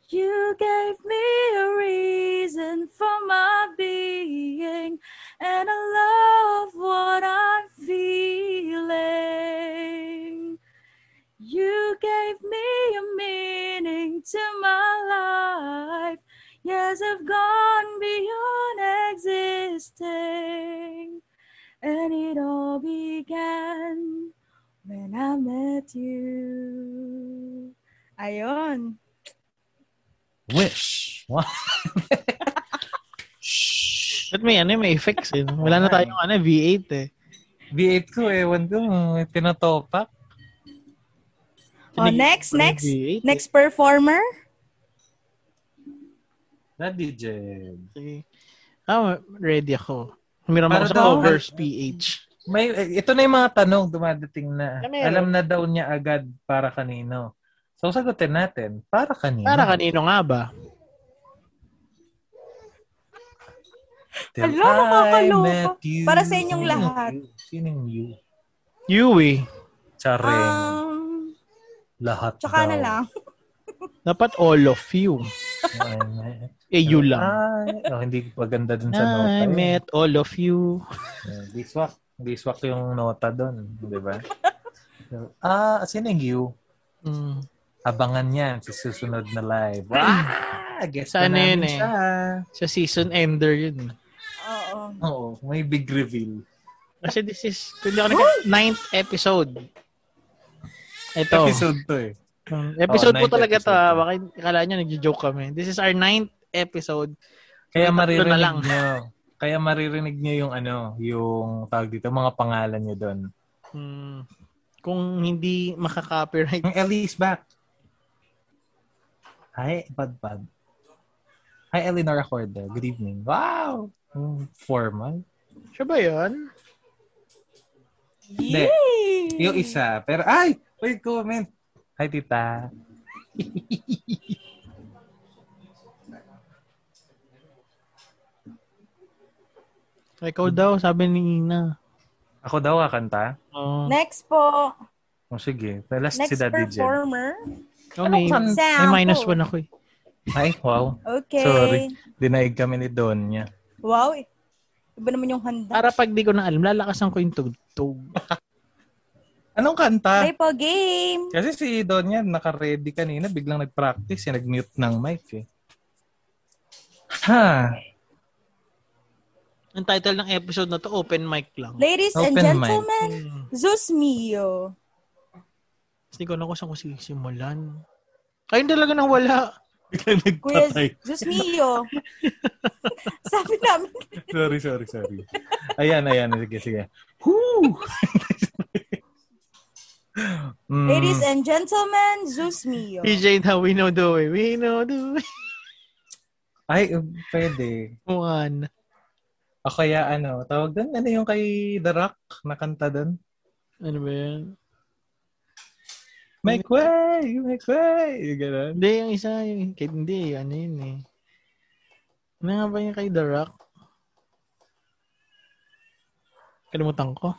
You gave me a reason for my being, and I love what I'm feeling. You gave me a meaning to my life. Yes, I've gone beyond existing. And it all began when I met you. Ayun.
Wish. Wow.
Ba't may ano, may effects eh. Wala na tayong ano, V8 eh.
V8 ko, ewan ko. eh, Tinotopak.
Oh,
Tinigil
next,
ko yung
next,
V8 eh.
next performer.
Daddy Jen.
Sige. Ah, ready ako. Humiram ako
Para
sa
daw-
covers, PH.
May, ito na yung mga tanong dumadating na.
Na meron.
Alam na daw niya agad para kanino. So, sagutin natin. Para kanino?
Para kanino nga ba?
Till
Ala,
I
nakakaloka.
met you.
Para sa inyong
Sinong
lahat.
you? Sinong you?
Yui.
Charing.
Um,
lahat
tsaka
daw.
na
*laughs*
lang.
Dapat all of you.
I met-
Eh, you lang.
Ay, oh, hindi maganda dun sa nota.
I
yun.
met all of you.
Yeah, Biswak. Biswak yung nota dun. Di ba? *laughs* Ah, sinong you?
Mm.
Abangan yan sa susunod na live. Ah! Guess na
Hmm. Sana yun
namin
eh.
siya.
Sa season ender yun.
Oo.
Oo, may big reveal.
Kasi this is, kung di ako nagka- ninth episode. Ito.
Episode to eh.
Um, episode
Oh,
po
ninth
talaga to.
episode.
ah. Baka akala nyo nagjo-joke kami. This is our ninth episode.
Kaya
Tatlo na
maririnig
lang.
nyo. Kaya maririnig nyo yung ano, yung tawag dito, mga pangalan nyo doon.
Mm, kung hindi makaka-copyright.
Yung Ellie is back. Hi, Bad Bad. Hi, Eleanor Acorda. Good evening. Wow! Mm, Formal.
Siya ba yun?
Hindi. Yung isa. Pero, ay! Wait, comment. Hi, tita.
Ikaw daw, sabi ni Ina.
Ako daw, kakanta.
Oh,
Next po.
O sige. Last Ah.
Next
si Daddy Jen.
performer.
oh, may,
Anong
may minus
sample?
one ako eh.
Ay, wow.
Okay.
Sorry. Dinaig kami ni Donya.
Wow. i- Iba naman yung handa.
Para pag di ko na alam, lalakasan ko yung tugtog.
Anong kanta?
Play po game.
Kasi si Donya naka-ready kanina, biglang nag-practice, eh, nag-mute ng mic eh. Ha?
Ang title ng episode na to, Open Mic lang.
Ladies and
Open mic.
gentlemen,
Hmm.
Zeus Mio.
Tapos Hindi ko na kung saan ko sisimulan. Ayun talaga nang wala.
Biglang *laughs*
Kuya
nagpatay.
Zeus Mio. *laughs* Sabi namin,
sorry, sorry, sorry. *laughs* Ayan, ayan. Sige, sige. *laughs* Woo! Mm,
ladies and gentlemen, Zeus Mio.
PJ na, we know the way. We know the way. *laughs*
Ay, um, pwede.
One.
O kaya ano, tawag doon, ano yung kay The Rock na kanta doon?
Ano ba yan?
Make way! Make way! Yung ganun.
Hindi, yung isa, yung, kahit hindi, ano yun eh. Ano nga ba yung kay The Rock? Kalimutan ko.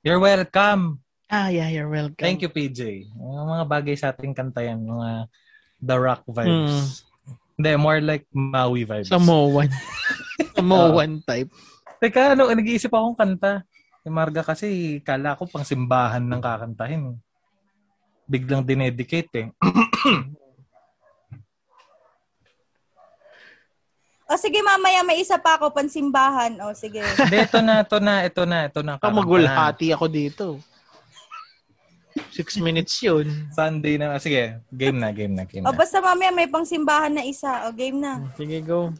You're welcome!
Ah, yeah, you're welcome.
Thank you, PJ. Yung mga bagay sa ating kanta yan, mga The Rock vibes. Hindi, more like Hmm. Maui vibes.
Samoan. Samoan type.
Teka, ano, nag-iisip akong kanta. Si Marga kasi, kala ko pang simbahan ng kakantahin. Biglang dinedicate eh.
O sige, mamaya may isa pa ako pansimbahan. O sige.
Hindi, ito na, ito na, ito na, ito na.
Ako
kakanta na.
magulhati ako dito. Six minutes yun.
*laughs* Sunday na. Sige, game na, game na, game
O
na.
basta mamaya may pangsimbahan na isa. O game na.
Sige, go.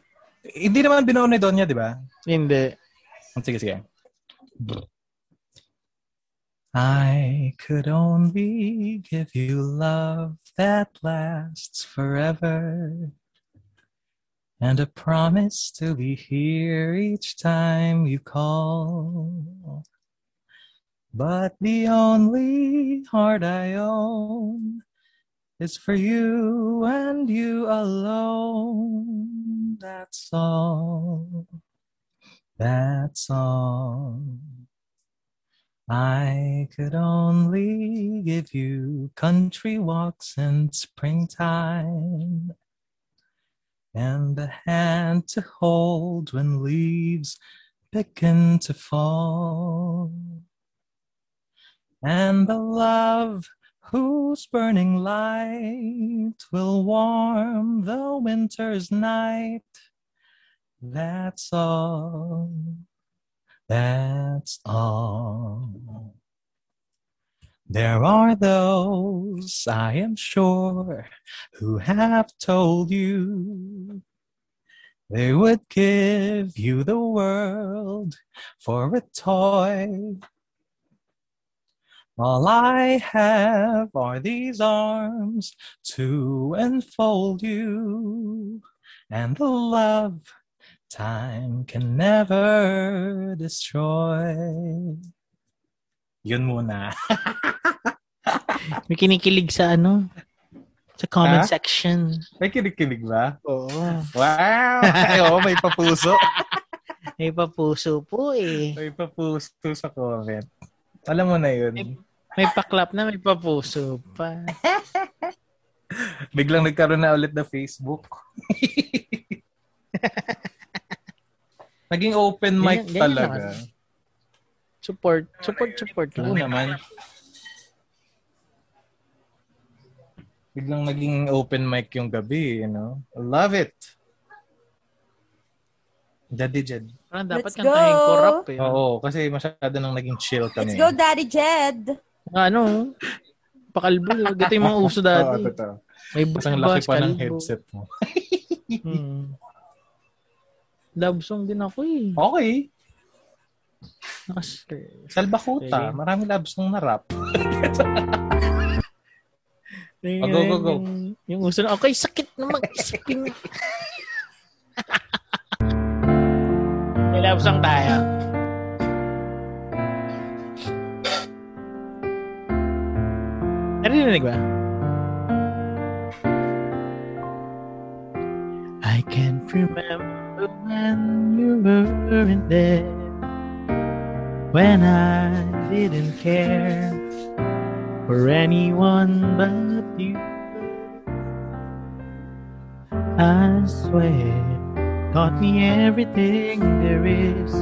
Hindi naman binuo ni Donya, di ba?
Hindi.
Sige, sige. I could only give you love that lasts forever and a promise to be here each time you call. But the only heart I own is for you and you alone. That's all. That's all. I could only give you country walks in springtime and a hand to hold when leaves begin to fall. And the love whose burning light will warm the winter's night. That's all. That's all. There are those, I am sure, who have told you they would give you the world for a toy. All I have are these arms to enfold you and the love time can never destroy. Yun muna.
May kinikilig sa ano? Sa comment
Ha?
section.
*laughs* May kinikilig ba?
Oo.
Wow! Ay, oo, may papuso.
May papuso po eh.
May papuso sa comment. Alam mo na yun.
May paklap na may papuso pa.
Biglang nagkaroon na ulit na
*laughs*
Facebook. Naging open mic
Ganyan- ganyan
talaga.
naman. Support, support, support
Oo
lang.
naman. Biglang naging open mic yung gabi, you know. I Love it. Daddy Jed.
Parang dapat
Let's
kantahin
go.
ko rap eh.
Oo, kasi masyado nang naging chill kami.
Let's go, Daddy Jed.
Mga Ano? Pakalbo. Dito yung mga uso dati.
Oo, totoo.
May
Isang laki pa ng headset mo.
Hmm. Love song din ako eh.
Okay.
Nakas-
Salbakuta.
Sige.
Marami love song na rap.
Yung-
go, go, go.
yung- Yung uso na, okay, sakit na mag-isip yun. May love song tayo. Narinig ba? I can't remember when you weren't there When I didn't care for anyone but you. I swear, taught me everything there is.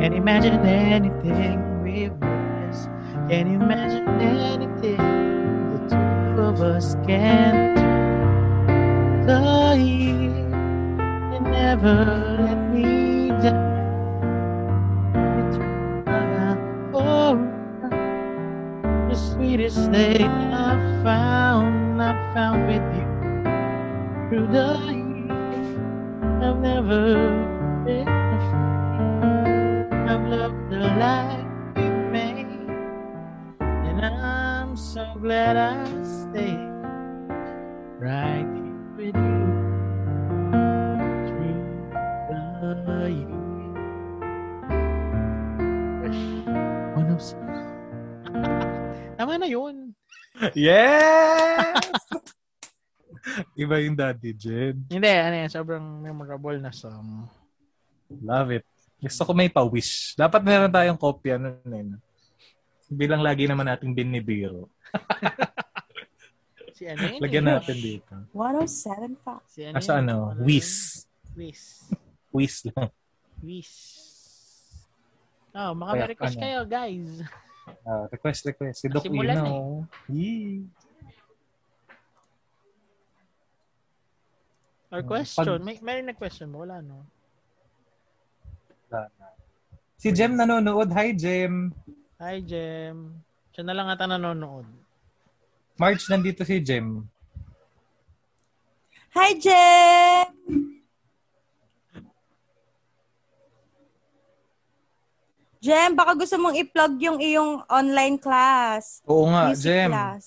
Can't imagine anything we miss. Can't imagine anything the two of us can do. So you never let me down. You took my heart the sweetest thing I found, I found with you through the years. I've never been afraid. I've loved the life we made, and I'm so glad I stayed right here with you through the years. One of Oh, Tama na yun.
*laughs* Yes! Iba yung Daddy Jed.
Hindi, ano yan, sobrang memorable na song.
Love it. Gusto ko may pa-wish. Dapat meron tayong kopya nun eh. no? Bilang lagi naman nating binibiro.
Si ano yun?
Lagyan
eh?
natin dito.
107 pa.
Si ano
Asa
yun?
ano?
yun?
Wish.
Wiz.
Wish lang. *laughs*
Wiz. Oh, maka-request
ano?
kayo, guys.
Ah, request, request. Si Doc
Simulan
Ino.
eh.
Yee.
Or
Oh,
question.
pag-
May, meron na question mo. Wala, no?
Si Jem nanonood. Hi, Jem.
Hi, Jem. Siya na lang ata nanonood.
March, nandito si Jem.
Hi, Jem! Jem, baka gusto mong i-plug yung iyong online class.
Oo nga,
music
Ah, Jem.
class.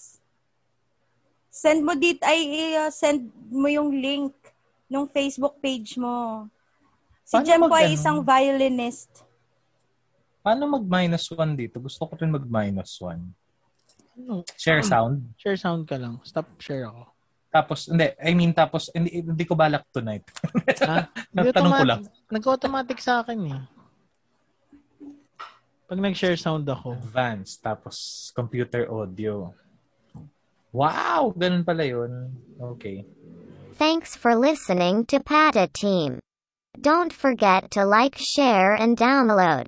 Send mo dit ay uh, send mo yung link nung Facebook page mo. Si
Paano
Jem po
mag- ano?
ay isang violinist.
Paano mag-minus one dito? Gusto ko rin mag-minus one.
Ano?
Share sound.
Share sound ka lang. Stop share ako.
Tapos, hindi, I mean, tapos, hindi, hindi ko balak tonight. *laughs*
Ha?
Natanong ko lang.
Nag-automatic sa akin eh. Pag nag-share sound ako.
Advanced, tapos computer audio. Wow! Ganun pala yun. Okay.
Thanks for listening to PATA Team. Don't forget to like, share, and download.